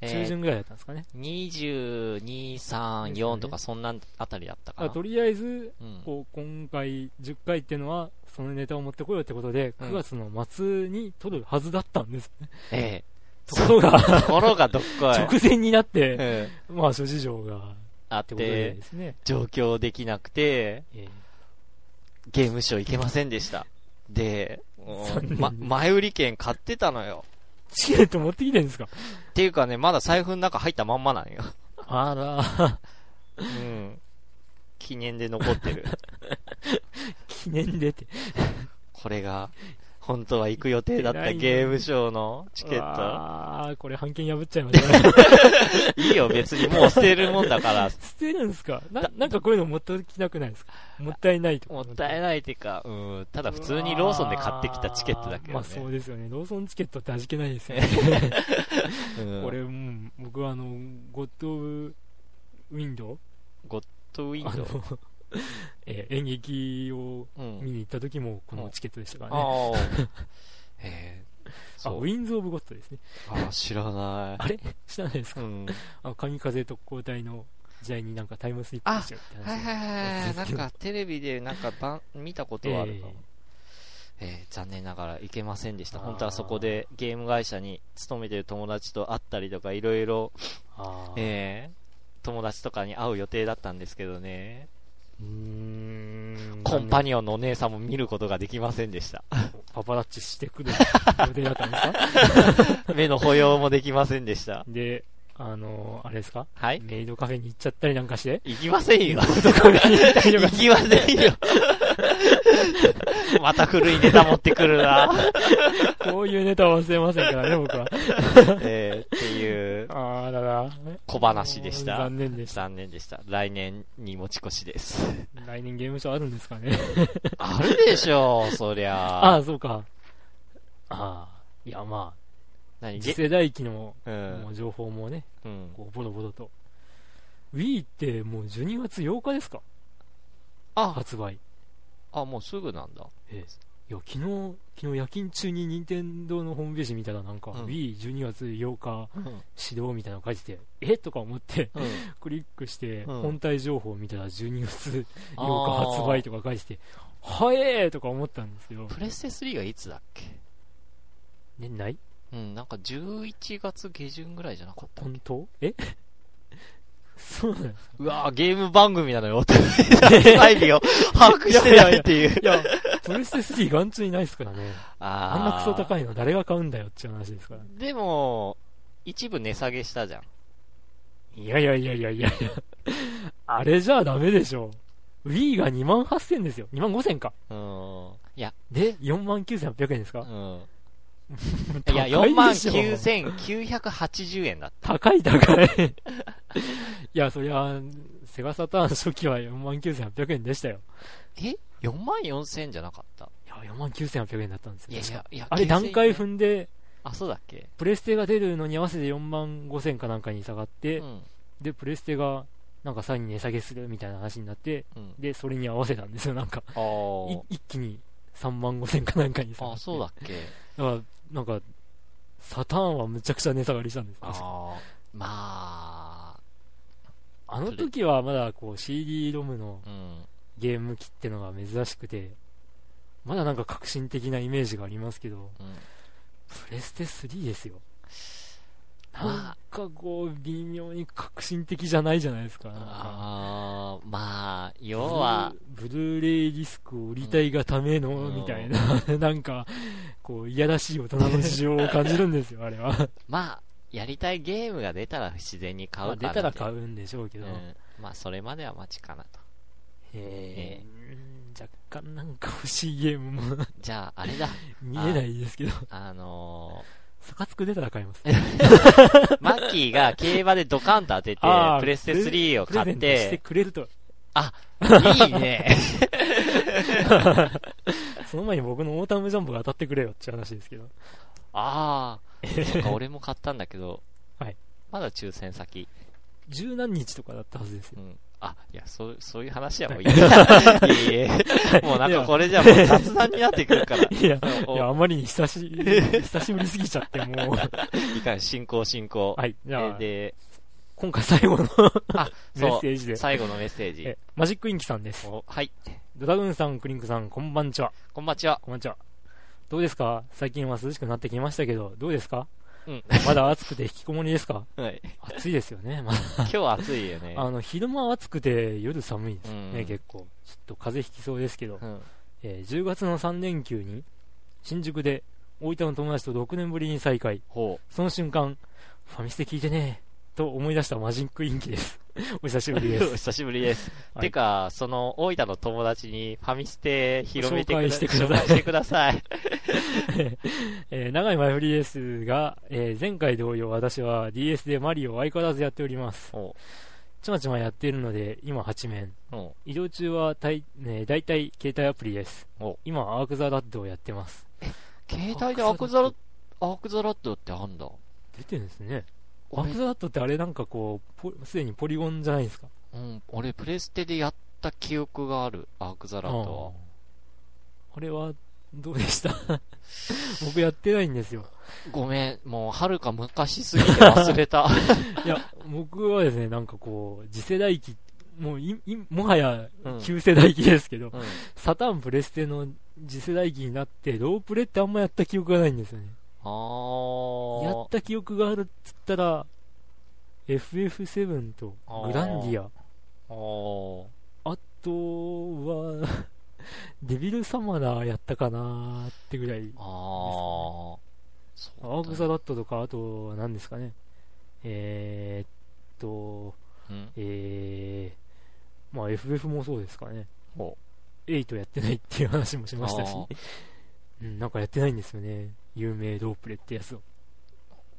[SPEAKER 1] 中
[SPEAKER 2] えー
[SPEAKER 1] 旬ぐらいだったんですかね。
[SPEAKER 2] 22、3、4とかそんなんあたりだったか
[SPEAKER 1] あ
[SPEAKER 2] な。
[SPEAKER 1] とりあえず
[SPEAKER 2] うん
[SPEAKER 1] こう今回10回っていうのはそのネタを持ってこようってことで
[SPEAKER 2] うん
[SPEAKER 1] 9月の末に撮るはずだったん
[SPEAKER 2] *laughs*
[SPEAKER 1] です、
[SPEAKER 2] え
[SPEAKER 1] ところが
[SPEAKER 2] えところがどっこ
[SPEAKER 1] *laughs*
[SPEAKER 2] い。
[SPEAKER 1] 直前になって、
[SPEAKER 2] うん
[SPEAKER 1] まあ諸事情がっ
[SPEAKER 2] あってて
[SPEAKER 1] ことでですね、
[SPEAKER 2] 上京できなくて、
[SPEAKER 1] え
[SPEAKER 2] ゲームショー行けませんでした。で、
[SPEAKER 1] 残念
[SPEAKER 2] ま、前売り券買ってたのよ。
[SPEAKER 1] ーチケット持ってきてるんですか
[SPEAKER 2] っていうかね、まだ財布の中入ったまんまなんよ。
[SPEAKER 1] あら、
[SPEAKER 2] うん。記念で残ってる。
[SPEAKER 1] 記念でって。
[SPEAKER 2] これが、本当は行く予定だったゲームショーのチケッ
[SPEAKER 1] ああ、これ判件破っちゃいました
[SPEAKER 2] *laughs*
[SPEAKER 1] ね。
[SPEAKER 2] ト。いいよ、別にもう捨てるもんだから。
[SPEAKER 1] 捨てるんですかななんかこういうの持ってきたくないですかもったいないとか。
[SPEAKER 2] もったい
[SPEAKER 1] い。
[SPEAKER 2] ないっていうか、うん、ただ普通にローソンで買ってきたチケットだけど、ね。
[SPEAKER 1] まあそうですよね。ローソンチケットって味気ないですよね。
[SPEAKER 2] うん
[SPEAKER 1] これ、うん、僕はあの、ゴッド・ウィンドウ
[SPEAKER 2] とウィ
[SPEAKER 1] あ
[SPEAKER 2] ンドウ。
[SPEAKER 1] の、えー演劇を
[SPEAKER 2] うん
[SPEAKER 1] 見に行った時もこのチケットでしたからね。
[SPEAKER 2] あ *laughs* あ。えー、
[SPEAKER 1] あ、ウ
[SPEAKER 2] そう。
[SPEAKER 1] ィンズ・オブ・ゴッドですね。
[SPEAKER 2] ああ、知らない。
[SPEAKER 1] あれ知らないですか
[SPEAKER 2] うん。
[SPEAKER 1] あの神風特攻隊の時代になんかタイムスリップしちゃうって話
[SPEAKER 2] はいはいはい *laughs* はい。なんかテレビでなんかばん見たことはあるかも。えー残念ながら行けませんでした。
[SPEAKER 1] あー
[SPEAKER 2] 本当はそこでゲーム会社に勤めてる友達と会ったりとか、いろいろ、
[SPEAKER 1] あー
[SPEAKER 2] えー友達とかに会う予定だったんですけどね。
[SPEAKER 1] うーん
[SPEAKER 2] コンパニオンのお姉さんも見ることができませんでした。 *laughs*
[SPEAKER 1] パパラッチしてくる予定だったんですか
[SPEAKER 2] 目の保養もできませんでした。
[SPEAKER 1] で、あのー、あれですか
[SPEAKER 2] はい
[SPEAKER 1] メイドカフェに行っちゃったりなんかして
[SPEAKER 2] 行きません *laughs* よ。
[SPEAKER 1] カフェに行ったりと
[SPEAKER 2] 行
[SPEAKER 1] か
[SPEAKER 2] きません *laughs* よ。また古いネタ持ってくるな。
[SPEAKER 1] こういうネタは忘れませんからね、僕は。
[SPEAKER 2] えーっていう
[SPEAKER 1] あーだら。
[SPEAKER 2] 小話でした。
[SPEAKER 1] 残念でした。
[SPEAKER 2] 残念でした。来年に持ち越しです。
[SPEAKER 1] 来年ゲームショーあるんですかね。
[SPEAKER 2] *laughs* あるでしょう、そり
[SPEAKER 1] あ *laughs*
[SPEAKER 2] ゃ
[SPEAKER 1] あ、そうか。ああ、いやまあ、
[SPEAKER 2] 何
[SPEAKER 1] 次
[SPEAKER 2] げ
[SPEAKER 1] 世代機の
[SPEAKER 2] う
[SPEAKER 1] も
[SPEAKER 2] ん
[SPEAKER 1] う。情報もね、
[SPEAKER 2] うん。
[SPEAKER 1] こうボロボロと。Wii ってもう12月8日ですか
[SPEAKER 2] あ、
[SPEAKER 1] 発売。
[SPEAKER 2] あ、もうすぐなんだ。
[SPEAKER 1] ええいや、昨日、昨日夜勤中に任天堂のホームページ見たらなんか、
[SPEAKER 2] うん
[SPEAKER 1] Wii12 月8日
[SPEAKER 2] *laughs* うん。
[SPEAKER 1] 始動みたいなの書いてて、えとか思って *laughs*
[SPEAKER 2] うん。
[SPEAKER 1] クリックして、
[SPEAKER 2] うん
[SPEAKER 1] 本体情報を見たら12月
[SPEAKER 2] あ
[SPEAKER 1] 8
[SPEAKER 2] ー
[SPEAKER 1] 日発売とか書いてて、はえーとか思ったんですけど、
[SPEAKER 2] プレステ3がいつだっけ
[SPEAKER 1] 年内
[SPEAKER 2] うん、なんか11月下旬ぐらいじゃなかったっけ
[SPEAKER 1] 本当え *laughs* そうなんですか
[SPEAKER 2] うわぁ、ゲーム番組なのよ。サイビを把握してないっていう。
[SPEAKER 1] いや、プレステ3眼中にないですからね。
[SPEAKER 2] あ
[SPEAKER 1] あんなクソ高
[SPEAKER 2] い。
[SPEAKER 1] いの誰が買うんだよっていう話ですから。
[SPEAKER 2] でも、一部値下げしたじゃん。
[SPEAKER 1] いやいやいやいやいやいや。あれじゃダメでしょ。Wii が2万8000ですよ。2万5000か。
[SPEAKER 2] うん。いや、
[SPEAKER 1] で、4万9800円です
[SPEAKER 2] う
[SPEAKER 1] か
[SPEAKER 2] ん。い
[SPEAKER 1] 高
[SPEAKER 2] や、
[SPEAKER 1] いでしょ
[SPEAKER 2] 49,980円だった。
[SPEAKER 1] 高い *laughs* 高い。いや、そりゃ、セガサターン初期は4万9800円でしたよ。
[SPEAKER 2] え ?4 万4000円じゃなかった
[SPEAKER 1] いや、4万9800円だったんですよ。
[SPEAKER 2] いやいや、いや、
[SPEAKER 1] あれ段階
[SPEAKER 2] ふ
[SPEAKER 1] 踏んで、
[SPEAKER 2] あ、そうだっけ
[SPEAKER 1] プレステが出るのに合わせて4万5000かなんかに下がって、
[SPEAKER 2] うん。
[SPEAKER 1] で、プレステが、なんかさらに値下げするみたいな話になって、
[SPEAKER 2] うん。
[SPEAKER 1] で、それに合わせたんですよ、なんか。
[SPEAKER 2] あ
[SPEAKER 1] い
[SPEAKER 2] ー
[SPEAKER 1] 一気に3万5000かなんかに下が
[SPEAKER 2] あ、
[SPEAKER 1] って。
[SPEAKER 2] そうだっけ
[SPEAKER 1] だから、なんか、サターンはむちゃくちゃ値下がりしたんです
[SPEAKER 2] あ
[SPEAKER 1] あ
[SPEAKER 2] あー、ま
[SPEAKER 1] あの時はまだこう CD ロムの
[SPEAKER 2] あ、うん。
[SPEAKER 1] ゲーム機ってのが珍しくて、まだなんか革新的なイメージがありますけど、
[SPEAKER 2] うん。
[SPEAKER 1] プレステ3ですよ。な
[SPEAKER 2] ま
[SPEAKER 1] んかこう、微妙に革新的じゃないじゃないですか。なんか
[SPEAKER 2] ああ、まあ、要は、
[SPEAKER 1] ブルー、ブルーレイディスクを売りたいがための、
[SPEAKER 2] うん
[SPEAKER 1] みたいな、 *laughs* なんか、こう、いやらしい大人の事情を感じるん
[SPEAKER 2] *laughs*
[SPEAKER 1] ですよ、あれは。
[SPEAKER 2] まあ、やりたいゲームが出たら自然に買
[SPEAKER 1] ま
[SPEAKER 2] う
[SPEAKER 1] あ
[SPEAKER 2] か
[SPEAKER 1] 出
[SPEAKER 2] な
[SPEAKER 1] たら買
[SPEAKER 2] う
[SPEAKER 1] うんでしょうけ
[SPEAKER 2] け
[SPEAKER 1] ど、
[SPEAKER 2] うん。まあ、それまでは待ちかなと。
[SPEAKER 1] えー若干なんか欲しいゲームも *laughs*
[SPEAKER 2] じゃあ、あれだ。
[SPEAKER 1] 見えないですけど、
[SPEAKER 2] あの
[SPEAKER 1] サカツク出たら買います。
[SPEAKER 2] ー、マッキーが競馬でドカンと当てて
[SPEAKER 1] あ、ー
[SPEAKER 2] プレステ3を
[SPEAKER 1] プレゼ
[SPEAKER 2] 買っ
[SPEAKER 1] ントして
[SPEAKER 2] て、
[SPEAKER 1] くれると、
[SPEAKER 2] いい
[SPEAKER 1] *laughs*
[SPEAKER 2] ね。
[SPEAKER 1] その前に僕のオータムジャンボが当たってくれよっていう話ですけど、
[SPEAKER 2] ああ、なんか俺も買ったんだけど、
[SPEAKER 1] はい
[SPEAKER 2] まだ抽選先。
[SPEAKER 1] 十何日とかだったはずです
[SPEAKER 2] う
[SPEAKER 1] よ。
[SPEAKER 2] ん。あ、いや、そう、そういう話はもういい。いえ *laughs* いえ。もうなんかこれじゃもう雑談になってくるから。
[SPEAKER 1] いや、*laughs*
[SPEAKER 2] お
[SPEAKER 1] いや、あまりに久し、久しぶりすぎちゃって、
[SPEAKER 2] *laughs*
[SPEAKER 1] もう。
[SPEAKER 2] いかん、進行進行。
[SPEAKER 1] はい、じゃ
[SPEAKER 2] え
[SPEAKER 1] あ、
[SPEAKER 2] で、
[SPEAKER 1] 今回最後の *laughs*
[SPEAKER 2] あ、
[SPEAKER 1] メッ
[SPEAKER 2] そ
[SPEAKER 1] セージ
[SPEAKER 2] う、
[SPEAKER 1] で。
[SPEAKER 2] 最後のメッセージ
[SPEAKER 1] え。マジックインキさんです。
[SPEAKER 2] おはい。
[SPEAKER 1] ドラグーンさん、クリンクさん、こんばんちは。
[SPEAKER 2] こんばんちは。
[SPEAKER 1] こんばんちは。どうですか最近は涼しくなってきましたけど、どうです *laughs* か
[SPEAKER 2] うん。
[SPEAKER 1] まだ暑くて引きこもりですか *laughs*
[SPEAKER 2] はい。
[SPEAKER 1] 暑いですよね、まだ。
[SPEAKER 2] 今日は暑いよね。
[SPEAKER 1] あの、昼間は暑くて夜寒いです
[SPEAKER 2] うん
[SPEAKER 1] ね、結構。ちょっと風邪ひきそうですけど
[SPEAKER 2] う、ん。
[SPEAKER 1] えー10月の3連休に、新宿で大分の友達と6年ぶりに再会。
[SPEAKER 2] ほ
[SPEAKER 1] その瞬間、ファミステ聞いてねと思い出したマジックインキです。お久しぶりで
[SPEAKER 2] う。お
[SPEAKER 1] す。
[SPEAKER 2] 久しぶりです。
[SPEAKER 1] はい
[SPEAKER 2] てか、その、大分の友達にファミステ広めて
[SPEAKER 1] 紹
[SPEAKER 2] くだ
[SPEAKER 1] 介してください
[SPEAKER 2] 紹介してくださ
[SPEAKER 1] *laughs*
[SPEAKER 2] い。
[SPEAKER 1] えー長い前振りですが、えー前回同様私は DS でマリオを相変わらずやっております。
[SPEAKER 2] お
[SPEAKER 1] ちまちまやっているので、今8面。
[SPEAKER 2] お
[SPEAKER 1] 移動中はたい、ね、大体携帯アプリです。
[SPEAKER 2] お
[SPEAKER 1] 今、アークザラッドをやってます。
[SPEAKER 2] 携帯でアークザラッアークザラッドってあんだ。
[SPEAKER 1] 出てるんですね。ア
[SPEAKER 2] 俺
[SPEAKER 1] ークザラッドってあれなんかこう、ポすでにポリゴンじゃないですか。
[SPEAKER 2] うん、俺、プレステでやった記憶がある、アークザラッド
[SPEAKER 1] あーあれは、どうでした *laughs* 僕やってないんですよ。
[SPEAKER 2] は。ごめん、もう、はるか昔すぎて忘
[SPEAKER 1] *laughs*
[SPEAKER 2] れた。
[SPEAKER 1] いや、僕はですね、なんかこう、次世代機、もうい、いもはや
[SPEAKER 2] うん
[SPEAKER 1] 旧世代機ですけど、
[SPEAKER 2] うん
[SPEAKER 1] サターンプレステの次世代機になって、ロープレってあんまやった記憶がないんですよね。
[SPEAKER 2] あ
[SPEAKER 1] や
[SPEAKER 2] ー
[SPEAKER 1] っ。た記憶があるっつったら、FF7 と
[SPEAKER 2] あー
[SPEAKER 1] グランディア、
[SPEAKER 2] あー
[SPEAKER 1] あとは、 *laughs* デビルサマナーやったかなーってぐらい。
[SPEAKER 2] あー。そうだね
[SPEAKER 1] アークザラットとか、あとは何ですかね。えー、っと、
[SPEAKER 2] うん
[SPEAKER 1] えー、まあ FF もそうですかね。
[SPEAKER 2] ほ
[SPEAKER 1] 8やってないっていう話もしましたし
[SPEAKER 2] あー、
[SPEAKER 1] *laughs* うん、なんかやってないんですよね。有名ロープレってやつ
[SPEAKER 2] *laughs*
[SPEAKER 1] を。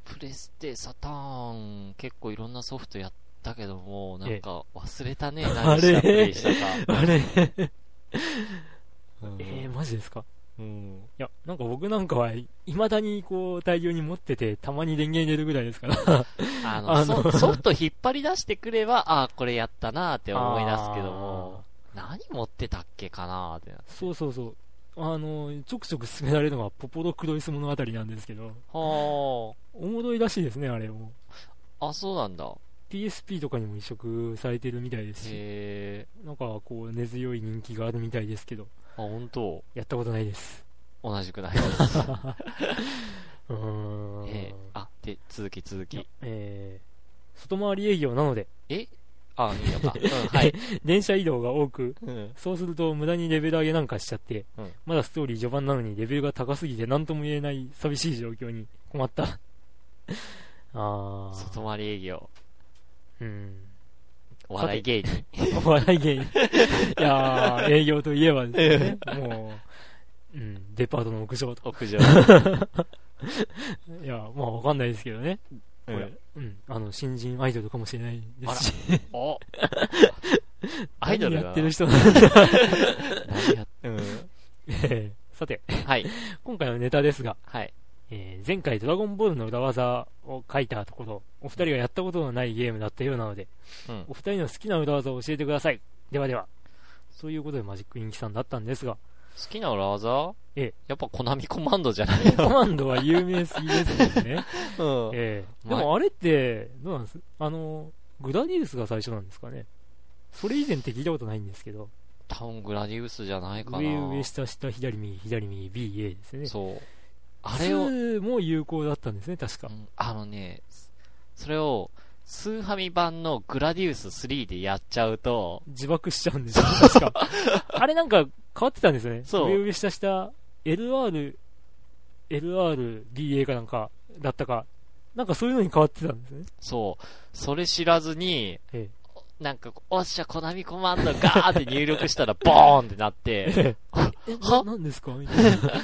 [SPEAKER 2] プレステ、サターン、結構いろんなソフトやったけども、なんか忘れ
[SPEAKER 1] *laughs*
[SPEAKER 2] たね、何し
[SPEAKER 1] あれ
[SPEAKER 2] たプレイしたか。
[SPEAKER 1] あ *laughs* れ
[SPEAKER 2] うん
[SPEAKER 1] えー、マジですか
[SPEAKER 2] うん
[SPEAKER 1] いや、なんか僕なんかは、いまだにこう、大量に持ってて、たまに電源入れるぐらいです
[SPEAKER 2] *laughs*
[SPEAKER 1] から。
[SPEAKER 2] あ
[SPEAKER 1] あ
[SPEAKER 2] の、
[SPEAKER 1] の
[SPEAKER 2] ソソフト引っ張り出してくれば、ああ、これやったなーって思い出すけども、何持ってたっけかなーってな。
[SPEAKER 1] あー。そうそうそう。あの、ちょくちょく勧められるのが、ポポロクロイス物語なんですけど、
[SPEAKER 2] は
[SPEAKER 1] おもろいらしいですね、あれも。
[SPEAKER 2] あ。あ、そうなんだ。
[SPEAKER 1] PSP とかにも移植されてるみたいですし、
[SPEAKER 2] へえ。
[SPEAKER 1] なんかこう、根強い人気があるみたいですけど、
[SPEAKER 2] あ、本当
[SPEAKER 1] やったことないです。
[SPEAKER 2] 同じ
[SPEAKER 1] *laughs*
[SPEAKER 2] くないです。
[SPEAKER 1] うーん。
[SPEAKER 2] ええあ、で、続き続
[SPEAKER 1] いや
[SPEAKER 2] き。
[SPEAKER 1] えー外回り営業なので、
[SPEAKER 2] あ、いいの
[SPEAKER 1] *laughs*
[SPEAKER 2] か。うん、はい。
[SPEAKER 1] 電車移動が多く、
[SPEAKER 2] うん。
[SPEAKER 1] そうすると無駄にレベル上げなんかしちゃって、
[SPEAKER 2] うん
[SPEAKER 1] まだストーリー序盤なのにレベルが高すぎて何とも言えない寂しい状況に困
[SPEAKER 2] *laughs*
[SPEAKER 1] った。あー。
[SPEAKER 2] 外回り営業。
[SPEAKER 1] うん。
[SPEAKER 2] お笑い芸人。
[SPEAKER 1] お笑い芸
[SPEAKER 2] *laughs*
[SPEAKER 1] 人。いやー、営業といえばですね、もう、うん、デパートの屋上とか。 *laughs*
[SPEAKER 2] 屋上。
[SPEAKER 1] いや、まあわかんないですけどね。ほ
[SPEAKER 2] う
[SPEAKER 1] ら
[SPEAKER 2] ん。
[SPEAKER 1] うん、あの、新人アイドルかもしれないですし。
[SPEAKER 2] *laughs* おアイドル
[SPEAKER 1] 何
[SPEAKER 2] だな
[SPEAKER 1] やってる人なんだ
[SPEAKER 2] 何やってうん。
[SPEAKER 1] えー *laughs* さて、
[SPEAKER 2] *laughs* はい。
[SPEAKER 1] 今回のネタですが、
[SPEAKER 2] はい。
[SPEAKER 1] えー前回ドラゴンボールの裏技を書いたところ、お二人がやったことのないゲームだったようなので、
[SPEAKER 2] うん
[SPEAKER 1] お二人の好きな裏技を教えてください。ではでは。そういうことでマジックインキさんだったん
[SPEAKER 2] *laughs*
[SPEAKER 1] ですが、
[SPEAKER 2] 好きな裏技
[SPEAKER 1] ええ
[SPEAKER 2] やっぱコナミコマンドじゃない
[SPEAKER 1] コマンドは有名すぎですけど
[SPEAKER 2] *laughs*
[SPEAKER 1] ね。
[SPEAKER 2] うん。
[SPEAKER 1] ええ
[SPEAKER 2] まあ
[SPEAKER 1] でもあれって、どうなんですあの、グラディウスが最初なんですかね。それ以前って聞いたことないんですけど、
[SPEAKER 2] 多分グラディウスじゃないかな。
[SPEAKER 1] 上上下下左右左右 BA ですね。
[SPEAKER 2] そう。あれを、
[SPEAKER 1] 2も有効だったんですね、確か
[SPEAKER 2] う。んあのね、それを、スーハミ版のグラディウス3でやっちゃうと、
[SPEAKER 1] 自爆しちゃうんですよ、確
[SPEAKER 2] *laughs*
[SPEAKER 1] か。あれなんか変わってたんですよね。
[SPEAKER 2] そう
[SPEAKER 1] 上上下下、LR、LR、BA かなんかだったか、なんかそういうのに変わってたんですね。
[SPEAKER 2] そう、それ知らずに、
[SPEAKER 1] え
[SPEAKER 2] なんか、おっしゃ、コナミコマンドガーって入力したら、ボーンってなって、
[SPEAKER 1] え、えななんです
[SPEAKER 2] *laughs*
[SPEAKER 1] かみたいな。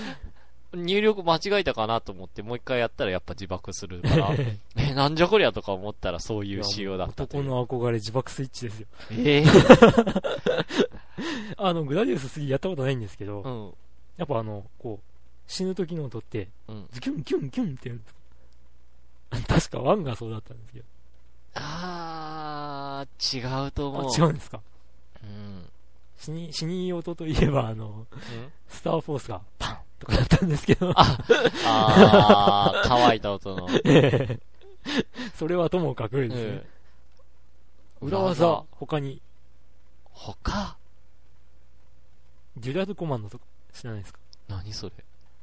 [SPEAKER 2] 入力間違えたかなと思って、もう一回やったらやっぱ自爆する
[SPEAKER 1] *laughs*
[SPEAKER 2] から、え、なんじゃこりゃとか思ったらそういう仕様だったとい
[SPEAKER 1] 男
[SPEAKER 2] う。
[SPEAKER 1] の憧れ自爆スイッチですよ。
[SPEAKER 2] えー、
[SPEAKER 1] あの、グラディウス3やったことないんですけど、
[SPEAKER 2] うん。
[SPEAKER 1] やっぱあの、こう、死ぬ時の音って、
[SPEAKER 2] うん。
[SPEAKER 1] *laughs* キュンキュンキュンって言うんですか。確かワンがそうだったんですけど。
[SPEAKER 2] あー、違うと
[SPEAKER 1] あ
[SPEAKER 2] 思う。
[SPEAKER 1] 違うんですか
[SPEAKER 2] うん。
[SPEAKER 1] 死に、死に音といえば、あの、スターフォースがパンとかだったんですけど、
[SPEAKER 2] あー、乾いた
[SPEAKER 1] *laughs*
[SPEAKER 2] 音の。
[SPEAKER 1] それはともかくですね。
[SPEAKER 2] うん
[SPEAKER 1] 裏技、他に、
[SPEAKER 2] 他
[SPEAKER 1] デュラルコマンドとか知らないですか
[SPEAKER 2] 何それ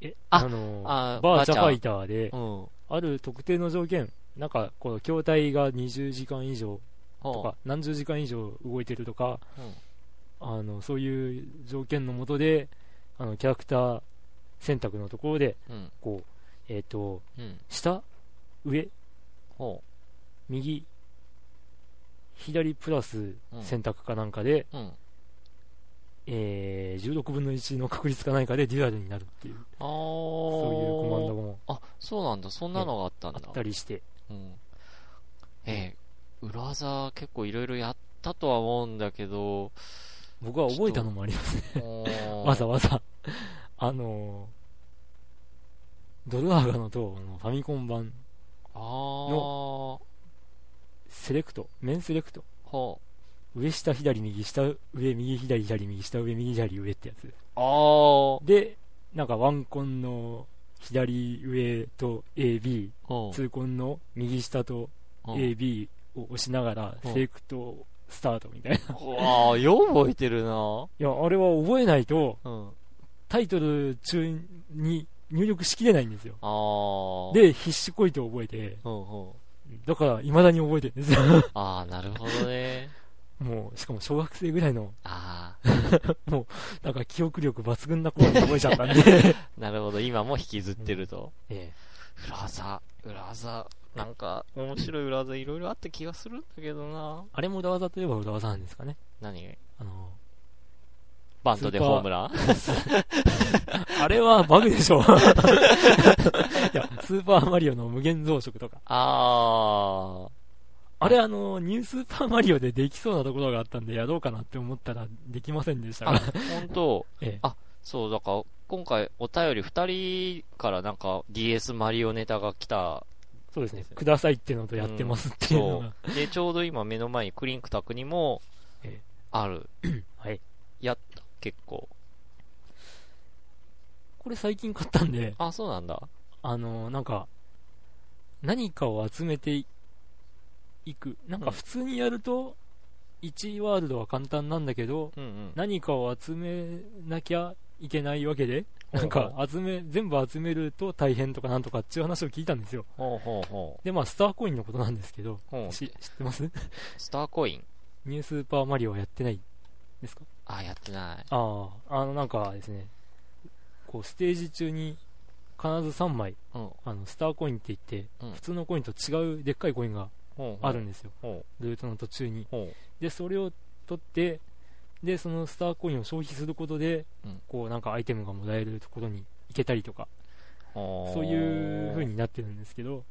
[SPEAKER 1] え、
[SPEAKER 2] あ
[SPEAKER 1] あの、
[SPEAKER 2] あ
[SPEAKER 1] バーチャファイ
[SPEAKER 2] チ
[SPEAKER 1] ターで
[SPEAKER 2] ャ、うん。
[SPEAKER 1] ある特定の条件、なんか、この筐体が20時間以上と
[SPEAKER 2] と
[SPEAKER 1] か、何十時間以上動いてるとか、
[SPEAKER 2] うん
[SPEAKER 1] あの、そういう条件のもとで、あの、キャラクター選択のところで、
[SPEAKER 2] うん。
[SPEAKER 1] こう、えっ、と、
[SPEAKER 2] うん。
[SPEAKER 1] 下、上、
[SPEAKER 2] ほ
[SPEAKER 1] 右、左プラス
[SPEAKER 2] うん
[SPEAKER 1] 選択かなんかで、
[SPEAKER 2] う。うん。
[SPEAKER 1] えー、16分の1の確率か何かでデュアルになるっていう、
[SPEAKER 2] あ
[SPEAKER 1] そういうコマンド
[SPEAKER 2] ー。
[SPEAKER 1] も
[SPEAKER 2] あ、そうなんだ。そんなのがあったん
[SPEAKER 1] あ
[SPEAKER 2] だ。
[SPEAKER 1] ったりして、
[SPEAKER 2] うん。えー、裏技結構いろいろやったとは思うんだけ *laughs* ど、
[SPEAKER 1] 僕は覚えたのもあります。わ
[SPEAKER 2] わ
[SPEAKER 1] ざわざ、 *laughs* あのー、ドルアーガのと、あのファミコン版、
[SPEAKER 2] あー。ほ
[SPEAKER 1] セレクト、メンセレクト、
[SPEAKER 2] う。
[SPEAKER 1] 上下左右下上右左左右下上右左上ってやつ。
[SPEAKER 2] あー。
[SPEAKER 1] で、なんかワンコンの左上と AB、
[SPEAKER 2] うん
[SPEAKER 1] ツーコンの右下と
[SPEAKER 2] うん
[SPEAKER 1] AB を押しながら、
[SPEAKER 2] うん
[SPEAKER 1] セレクトスタートみたいな。いう
[SPEAKER 2] わー、よう覚えてるな。
[SPEAKER 1] や、あれは覚えないと、
[SPEAKER 2] うん。
[SPEAKER 1] タイトル中に入力しきれないんですよ。
[SPEAKER 2] あー。、
[SPEAKER 1] で、必死こいて覚えて、
[SPEAKER 2] うんうん。
[SPEAKER 1] だから未だに覚えてるんですよ。 *laughs*
[SPEAKER 2] ああ、なるほどね。
[SPEAKER 1] もう、しかも小学生ぐらいの、
[SPEAKER 2] あ
[SPEAKER 1] なんか記憶力抜群な子に覚えちゃったんで。
[SPEAKER 2] あ、なるほど。今も引きずってると。
[SPEAKER 1] *laughs* え
[SPEAKER 2] 裏技、裏技、なんか、面白い裏技いろいろあった気がするんだけどな。
[SPEAKER 1] あれも裏技といえば裏技なんですかね。
[SPEAKER 2] 何
[SPEAKER 1] あの、
[SPEAKER 2] バントでホームラン
[SPEAKER 1] *laughs* あれはバグでしょ。い *laughs* や、スーパーマリオの無限増殖とか。
[SPEAKER 2] あ
[SPEAKER 1] あれあの、ニュースーパーマリオでできそうなところがあったんで、やろうかなって思ったらできませんでした
[SPEAKER 2] あ、あ、
[SPEAKER 1] が。
[SPEAKER 2] 本当
[SPEAKER 1] ええ
[SPEAKER 2] そう、だから、今回お便り2人からなんか DS マリオネタが来た。
[SPEAKER 1] そうですね。くださいってのとやってますっていうのが。
[SPEAKER 2] そう。 *laughs* で、ちょうど今目の前にクリンクタクにも
[SPEAKER 1] ええ、
[SPEAKER 2] ある。
[SPEAKER 1] はい。
[SPEAKER 2] やった、結構。
[SPEAKER 1] これ最近買ったんで、
[SPEAKER 2] あ、そうなんだ。
[SPEAKER 1] あの、なんか、何かを集めていく。なん
[SPEAKER 2] う
[SPEAKER 1] か
[SPEAKER 2] ん
[SPEAKER 1] 普通にやると、1ワールドは簡単なんだけど、
[SPEAKER 2] うんうん。
[SPEAKER 1] 何かを集めなきゃいけないわけで、
[SPEAKER 2] ほう
[SPEAKER 1] なんか集め、全部集めると大変とかなんとかっていう話を聞いたんですよ。
[SPEAKER 2] ほうほうほ
[SPEAKER 1] で、まあ、スターコインのことなんですけど、
[SPEAKER 2] う。うん、
[SPEAKER 1] し知ってます
[SPEAKER 2] スターコイン。
[SPEAKER 1] ニュースーパーマリオはやってないですか
[SPEAKER 2] あ、やってない。
[SPEAKER 1] ああ、あの、なんかですね、こう、ステージ中に必ず3枚、
[SPEAKER 2] うん。
[SPEAKER 1] あの、スターコインって言って、
[SPEAKER 2] うん
[SPEAKER 1] 普通のコインと違うでっかいコインがあ
[SPEAKER 2] あ
[SPEAKER 1] る
[SPEAKER 2] る
[SPEAKER 1] んですよ。
[SPEAKER 2] ほ
[SPEAKER 1] ルートの途中に
[SPEAKER 2] う。。ほ
[SPEAKER 1] で、それを取って、で、そのスターコインを消費することで、
[SPEAKER 2] うん
[SPEAKER 1] こう、なんかアイテムがもらえるところに行けたりとか、
[SPEAKER 2] う
[SPEAKER 1] そういう風。になってるんですけど、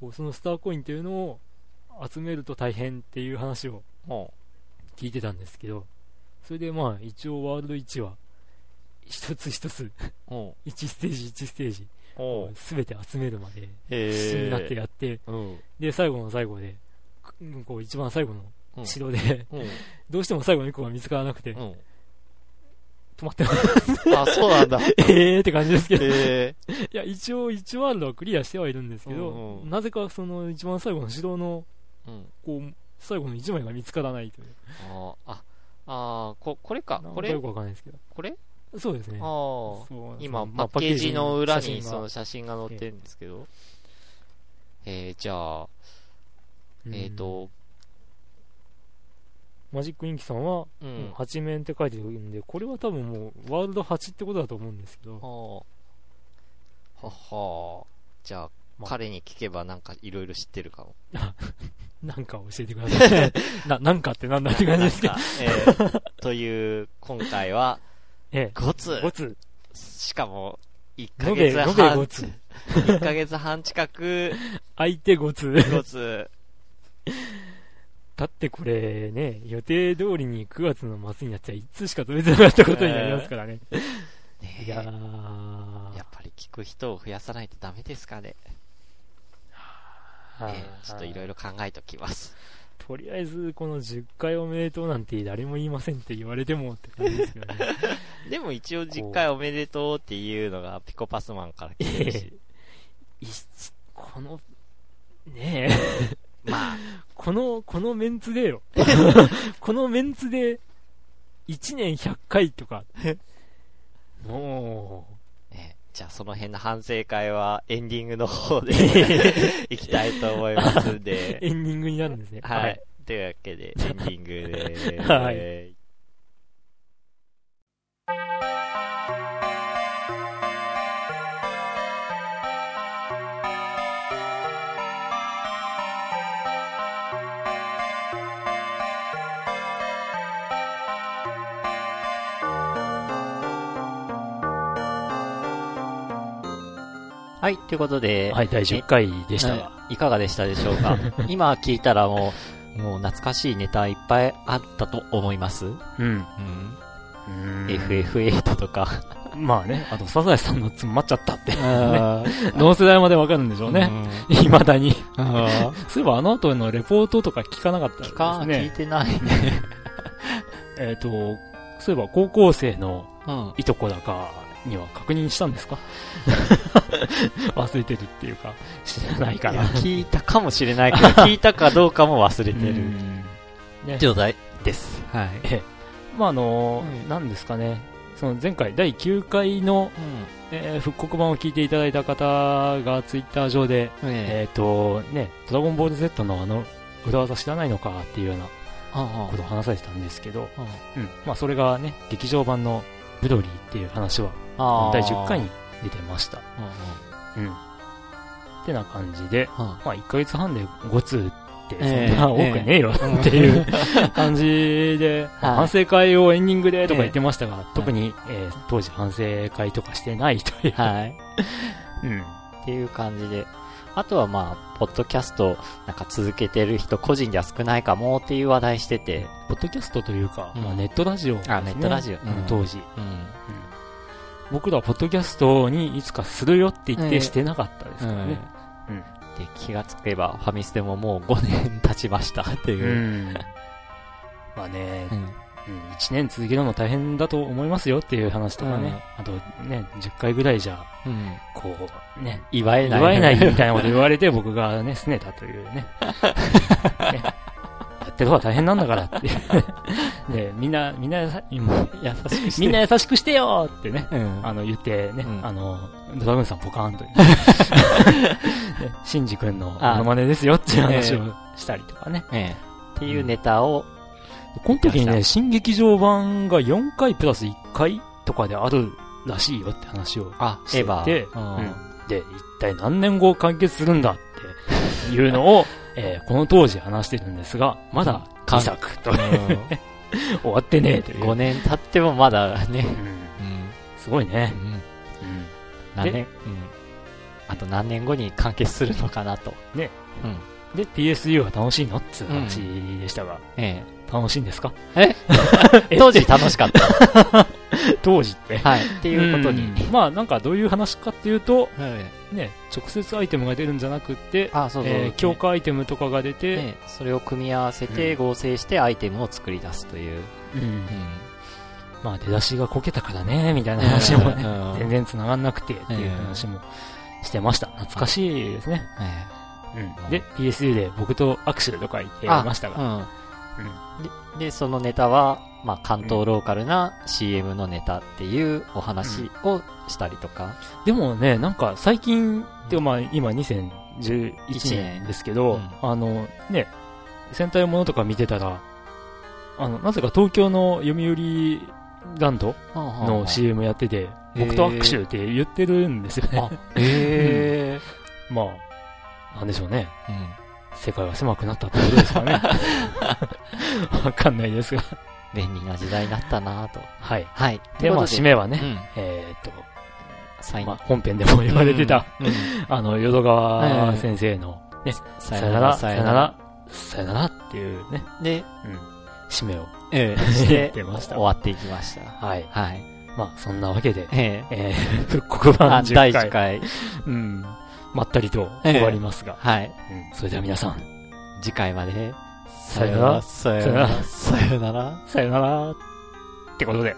[SPEAKER 1] こうそのスターコインっていうのを集めると大変っていう話を
[SPEAKER 2] ほ
[SPEAKER 1] 聞いてたんですけど、それでまあ一応ワールド1は、一つ一つ、
[SPEAKER 2] う。ほ
[SPEAKER 1] 1ステージ1ステージ、
[SPEAKER 2] う。ほう。
[SPEAKER 1] すべて集めるまで、
[SPEAKER 2] へ
[SPEAKER 1] 必死になって
[SPEAKER 2] や
[SPEAKER 1] やって、
[SPEAKER 2] うん。
[SPEAKER 1] で、最後の最後で、くこう一番最後の
[SPEAKER 2] うん。
[SPEAKER 1] 城で、 *laughs*
[SPEAKER 2] *laughs* うん。
[SPEAKER 1] どうしても最後の1個が見つからなくて、止
[SPEAKER 2] う
[SPEAKER 1] まってます。 *laughs*
[SPEAKER 2] ん。あ、そうなんだ。へ
[SPEAKER 1] えーって感じですけど、い
[SPEAKER 2] え。
[SPEAKER 1] や、一応1ワールドはクリアしてはいるんですけ
[SPEAKER 2] うん
[SPEAKER 1] ど
[SPEAKER 2] う、ん
[SPEAKER 1] なぜかその一番最後の城の
[SPEAKER 2] うん。
[SPEAKER 1] こう、最後の1枚が見つからないという。
[SPEAKER 2] あー、あ、あーこ、これか。
[SPEAKER 1] なん
[SPEAKER 2] こ
[SPEAKER 1] かよ
[SPEAKER 2] れ、
[SPEAKER 1] くわかんないですけど。
[SPEAKER 2] これ
[SPEAKER 1] そうですね。
[SPEAKER 2] ああ。
[SPEAKER 1] そう
[SPEAKER 2] 今、
[SPEAKER 1] その
[SPEAKER 2] パッケージの裏にその
[SPEAKER 1] 写
[SPEAKER 2] 写真が載ってるんですけど。えー、じゃあ、
[SPEAKER 1] 真が
[SPEAKER 2] えっ
[SPEAKER 1] うん
[SPEAKER 2] と、
[SPEAKER 1] マジックインキさんは、う
[SPEAKER 2] う。
[SPEAKER 1] ん
[SPEAKER 2] あ
[SPEAKER 1] 8面って書いてるんで、これは多分もう、ワールド8ってことだと思うんですけど
[SPEAKER 2] ー、ははー。じゃあ、
[SPEAKER 1] まあ
[SPEAKER 2] 彼に聞けばなんかいろいろ知ってるかも。
[SPEAKER 1] *laughs* なんか教えてください。 *laughs* な、なんかってなんだって感じです
[SPEAKER 2] *laughs*
[SPEAKER 1] けど。
[SPEAKER 2] えー *laughs* という、今回は
[SPEAKER 1] え
[SPEAKER 2] 5
[SPEAKER 1] え。5
[SPEAKER 2] つ、
[SPEAKER 1] つ。
[SPEAKER 2] しかも1ヶ
[SPEAKER 1] 延べ、
[SPEAKER 2] 月
[SPEAKER 1] 延べ5
[SPEAKER 2] 半、 *laughs*
[SPEAKER 1] つ。
[SPEAKER 2] 1ヶ月半近く
[SPEAKER 1] 相手5つ。
[SPEAKER 2] 5つ、
[SPEAKER 1] だってこれね、予定通りに9月の末になっちゃ1通しか取れてなかったことになりますからね。
[SPEAKER 2] ねえ
[SPEAKER 1] いや
[SPEAKER 2] や
[SPEAKER 1] ー
[SPEAKER 2] っぱり聞く人を増やさないとダメですかね。
[SPEAKER 1] はい
[SPEAKER 2] えーちょっといろいろ考えておきます。
[SPEAKER 1] とりあえず、この10回おめでとうなんて誰も言いませんって言われてもって感じですけどね。
[SPEAKER 2] *laughs* でも一応10回おめでとうっていうのがピコパスマンから来てるし。
[SPEAKER 1] いちこの、ねえ、
[SPEAKER 2] *laughs* *laughs* まあ、
[SPEAKER 1] この、このメンツで
[SPEAKER 2] *laughs*
[SPEAKER 1] よ。このメンツで、1年100回とか。も
[SPEAKER 2] えーじゃあその辺の反省会はエンディングの方 *laughs* でいきたいと思いますん *laughs*
[SPEAKER 1] う、
[SPEAKER 2] で。
[SPEAKER 1] エンディングになるんですね。
[SPEAKER 2] はい。。というわ
[SPEAKER 1] *laughs*
[SPEAKER 2] けで、エンディングでーす。
[SPEAKER 1] はい
[SPEAKER 2] い。はい、ということで、
[SPEAKER 1] はい、第10回でしたが。
[SPEAKER 2] はいいかがでしたでしょう
[SPEAKER 1] *laughs*
[SPEAKER 2] か今聞いたらもう、もう懐かしいネタいっぱいあったと思います。うん。
[SPEAKER 1] うん。
[SPEAKER 2] FF8 とか。
[SPEAKER 1] まあね、あと、サザエさんの詰まっちゃったって。 *laughs*
[SPEAKER 2] あ
[SPEAKER 1] どの世代までわかるんでしょう
[SPEAKER 2] ー
[SPEAKER 1] ね。。未だに。そういえばあの後のレポートとか聞かなかったで
[SPEAKER 2] 聞
[SPEAKER 1] す
[SPEAKER 2] か、聞い
[SPEAKER 1] ね。
[SPEAKER 2] てないね。
[SPEAKER 1] えっ、と、そういえば高校生の
[SPEAKER 2] うん。
[SPEAKER 1] いとこだかには確認したんですか *laughs* 忘れてるっていうか、知らないか
[SPEAKER 2] い
[SPEAKER 1] ら
[SPEAKER 2] や。聞いたかもしれないけ
[SPEAKER 1] *laughs*
[SPEAKER 2] ど、聞いたかどうかも忘れて
[SPEAKER 1] う
[SPEAKER 2] る。
[SPEAKER 1] んね
[SPEAKER 2] 状態です。はい。
[SPEAKER 1] まああの
[SPEAKER 2] う
[SPEAKER 1] ー、
[SPEAKER 2] ん
[SPEAKER 1] なんですかね。その前回第9回の、えー復刻版を聞いていただいた方がツイッター上で、
[SPEAKER 2] うん。え
[SPEAKER 1] えっ、と、ね、ドラゴンボール Z のあの裏技知らないのかっていうような
[SPEAKER 2] あ
[SPEAKER 1] ことを話されてたんですけど、
[SPEAKER 2] あ
[SPEAKER 1] うんまあ、それがね、劇場版のブロリーっていう話は、
[SPEAKER 2] あー
[SPEAKER 1] 第10回に出てました。
[SPEAKER 2] うんうん
[SPEAKER 1] うん。ってな感じで、
[SPEAKER 2] うん
[SPEAKER 1] まあ、1ヶ月半で5通って、そ
[SPEAKER 2] ええ
[SPEAKER 1] んな多くねえよっていう、 *laughs* 感じで、
[SPEAKER 2] はい
[SPEAKER 1] 反省会をエンディングでとか言ってましたが、
[SPEAKER 2] え
[SPEAKER 1] 特に、えー当時反省会とかしてないという。
[SPEAKER 2] はい。
[SPEAKER 1] うん。
[SPEAKER 2] っていう感じで。あとはまあ、ポッドキャスト、なんか続けてる人、個人では少ないかもっていう話題してて。
[SPEAKER 1] ポッドキャストというか、
[SPEAKER 2] うん
[SPEAKER 1] まあ、ネットラジオですね、
[SPEAKER 2] あネットラジオ
[SPEAKER 1] うん
[SPEAKER 2] うん
[SPEAKER 1] 当時。
[SPEAKER 2] うん。
[SPEAKER 1] 僕らはポッドキャストにいつかするよって言っ
[SPEAKER 2] ええ
[SPEAKER 1] てしてなかったですからね。うん
[SPEAKER 2] で、気がつけば、ファミスでももう5年経ちましたって
[SPEAKER 1] う
[SPEAKER 2] いう。
[SPEAKER 1] ん。 *laughs* まあね、
[SPEAKER 2] うん
[SPEAKER 1] うん、1年続けるの大変だと思いますよっていう話とかね、あとね、10回ぐらいじゃ、
[SPEAKER 2] うん
[SPEAKER 1] こう、ね、
[SPEAKER 2] 祝えない。
[SPEAKER 1] 祝え
[SPEAKER 2] *laughs*
[SPEAKER 1] ないみたいなこと言われて、僕がね、拗ねたという *laughs* ね。ねやってる方は大変なんだからっていう。 *laughs* ね、みんな、みんなやさ、
[SPEAKER 2] 優しくして。
[SPEAKER 1] みんな優しくしてよってね、
[SPEAKER 2] うん、
[SPEAKER 1] あの、言ってね、
[SPEAKER 2] うん
[SPEAKER 1] あの、ドラグーンさんポカーンと、ね、 *laughs* シンジ君のモノマネですよっていう話をしたりとかね。
[SPEAKER 2] ええっていうネタを、
[SPEAKER 1] この時に
[SPEAKER 2] やりま
[SPEAKER 1] ね、新劇場版が4回プラス1回とかであるらしいよって話を
[SPEAKER 2] あ
[SPEAKER 1] し
[SPEAKER 2] エ
[SPEAKER 1] て
[SPEAKER 2] ヴァ。
[SPEAKER 1] て、
[SPEAKER 2] うん
[SPEAKER 1] うんで、一体何年後完結するんだっていうの
[SPEAKER 2] *laughs*
[SPEAKER 1] を、えーこの当時話してるんですが、まだ2作と *laughs* 終わってねえという。
[SPEAKER 2] 5年経ってもまだね。
[SPEAKER 1] うん
[SPEAKER 2] うん
[SPEAKER 1] すごいね。
[SPEAKER 2] 何年、うん、あと何年後に完結するのかなと。
[SPEAKER 1] ね。
[SPEAKER 2] うん。
[SPEAKER 1] で、PSU は楽しいのっつう話でしたが、
[SPEAKER 2] え
[SPEAKER 1] 楽しいんですか *laughs*
[SPEAKER 2] え。当時楽しかった。
[SPEAKER 1] 当時って。
[SPEAKER 2] はい。って
[SPEAKER 1] と
[SPEAKER 2] いうことに。
[SPEAKER 1] まあなんかどういう話かっていうと、
[SPEAKER 2] はい。
[SPEAKER 1] ね、直接アイテムが出るんじゃなくって、
[SPEAKER 2] あ、そうそう。
[SPEAKER 1] えー強化アイテムとかが出て、
[SPEAKER 2] ね、それを組み合わせて
[SPEAKER 1] うん
[SPEAKER 2] 合成してアイテムを作り出すという。
[SPEAKER 1] うん
[SPEAKER 2] ん。
[SPEAKER 1] まあ出だしがこけたからね、みたいな話もね、全然繋がんなくてっていう話もしてました。懐かしいですね。
[SPEAKER 2] え
[SPEAKER 1] うんで、PSU で僕と握手とか言って
[SPEAKER 2] え
[SPEAKER 1] ましたが、
[SPEAKER 2] あうん。で、でそのネタは、まあ、関東ローカルな CM のネタっていうお話をしたりとか。
[SPEAKER 1] でもね、なんか最近、でまあ今2011年ですけど、
[SPEAKER 2] うん
[SPEAKER 1] あのね、戦隊ものとか見てたら、あの、なぜか東京の読売ランドの CM やってて、僕と握手って言ってるんですよね。
[SPEAKER 2] え
[SPEAKER 1] まあ、なんでしょうね。
[SPEAKER 2] え。うん。
[SPEAKER 1] 世界は狭くなったってことですか
[SPEAKER 2] *laughs*
[SPEAKER 1] ね。わかんないですが。
[SPEAKER 2] 便利な時代になったなぁと。
[SPEAKER 1] はい。
[SPEAKER 2] はい。
[SPEAKER 1] で、まあ、締めはね、
[SPEAKER 2] うん。
[SPEAKER 1] えーっと、
[SPEAKER 2] サイン
[SPEAKER 1] まあ、本編でも言われてた、、
[SPEAKER 2] うんうん
[SPEAKER 1] *laughs* あの、淀川先生の、
[SPEAKER 2] さ
[SPEAKER 1] さ
[SPEAKER 2] よ
[SPEAKER 1] よな
[SPEAKER 2] なら、
[SPEAKER 1] ら、
[SPEAKER 2] さ
[SPEAKER 1] さ
[SPEAKER 2] よ
[SPEAKER 1] よな
[SPEAKER 2] なら
[SPEAKER 1] ら、さよならっていうね、
[SPEAKER 2] で、
[SPEAKER 1] 締めを *laughs*
[SPEAKER 2] えし
[SPEAKER 1] して
[SPEAKER 2] て、
[SPEAKER 1] 出まし
[SPEAKER 2] 終
[SPEAKER 1] た。
[SPEAKER 2] わっていきました。
[SPEAKER 1] はい。
[SPEAKER 2] はい。
[SPEAKER 1] *laughs* まあ、そんなわけで、
[SPEAKER 2] え
[SPEAKER 1] え
[SPEAKER 2] え
[SPEAKER 1] ー、復刻版
[SPEAKER 2] あ、
[SPEAKER 1] 10回。
[SPEAKER 2] 第10回。
[SPEAKER 1] うん。まったりと終わりますが、
[SPEAKER 2] はい。
[SPEAKER 1] それでは皆さん、
[SPEAKER 2] 次回まで。
[SPEAKER 1] さよなら
[SPEAKER 2] さよなら。さよなら。
[SPEAKER 1] さよならってことで。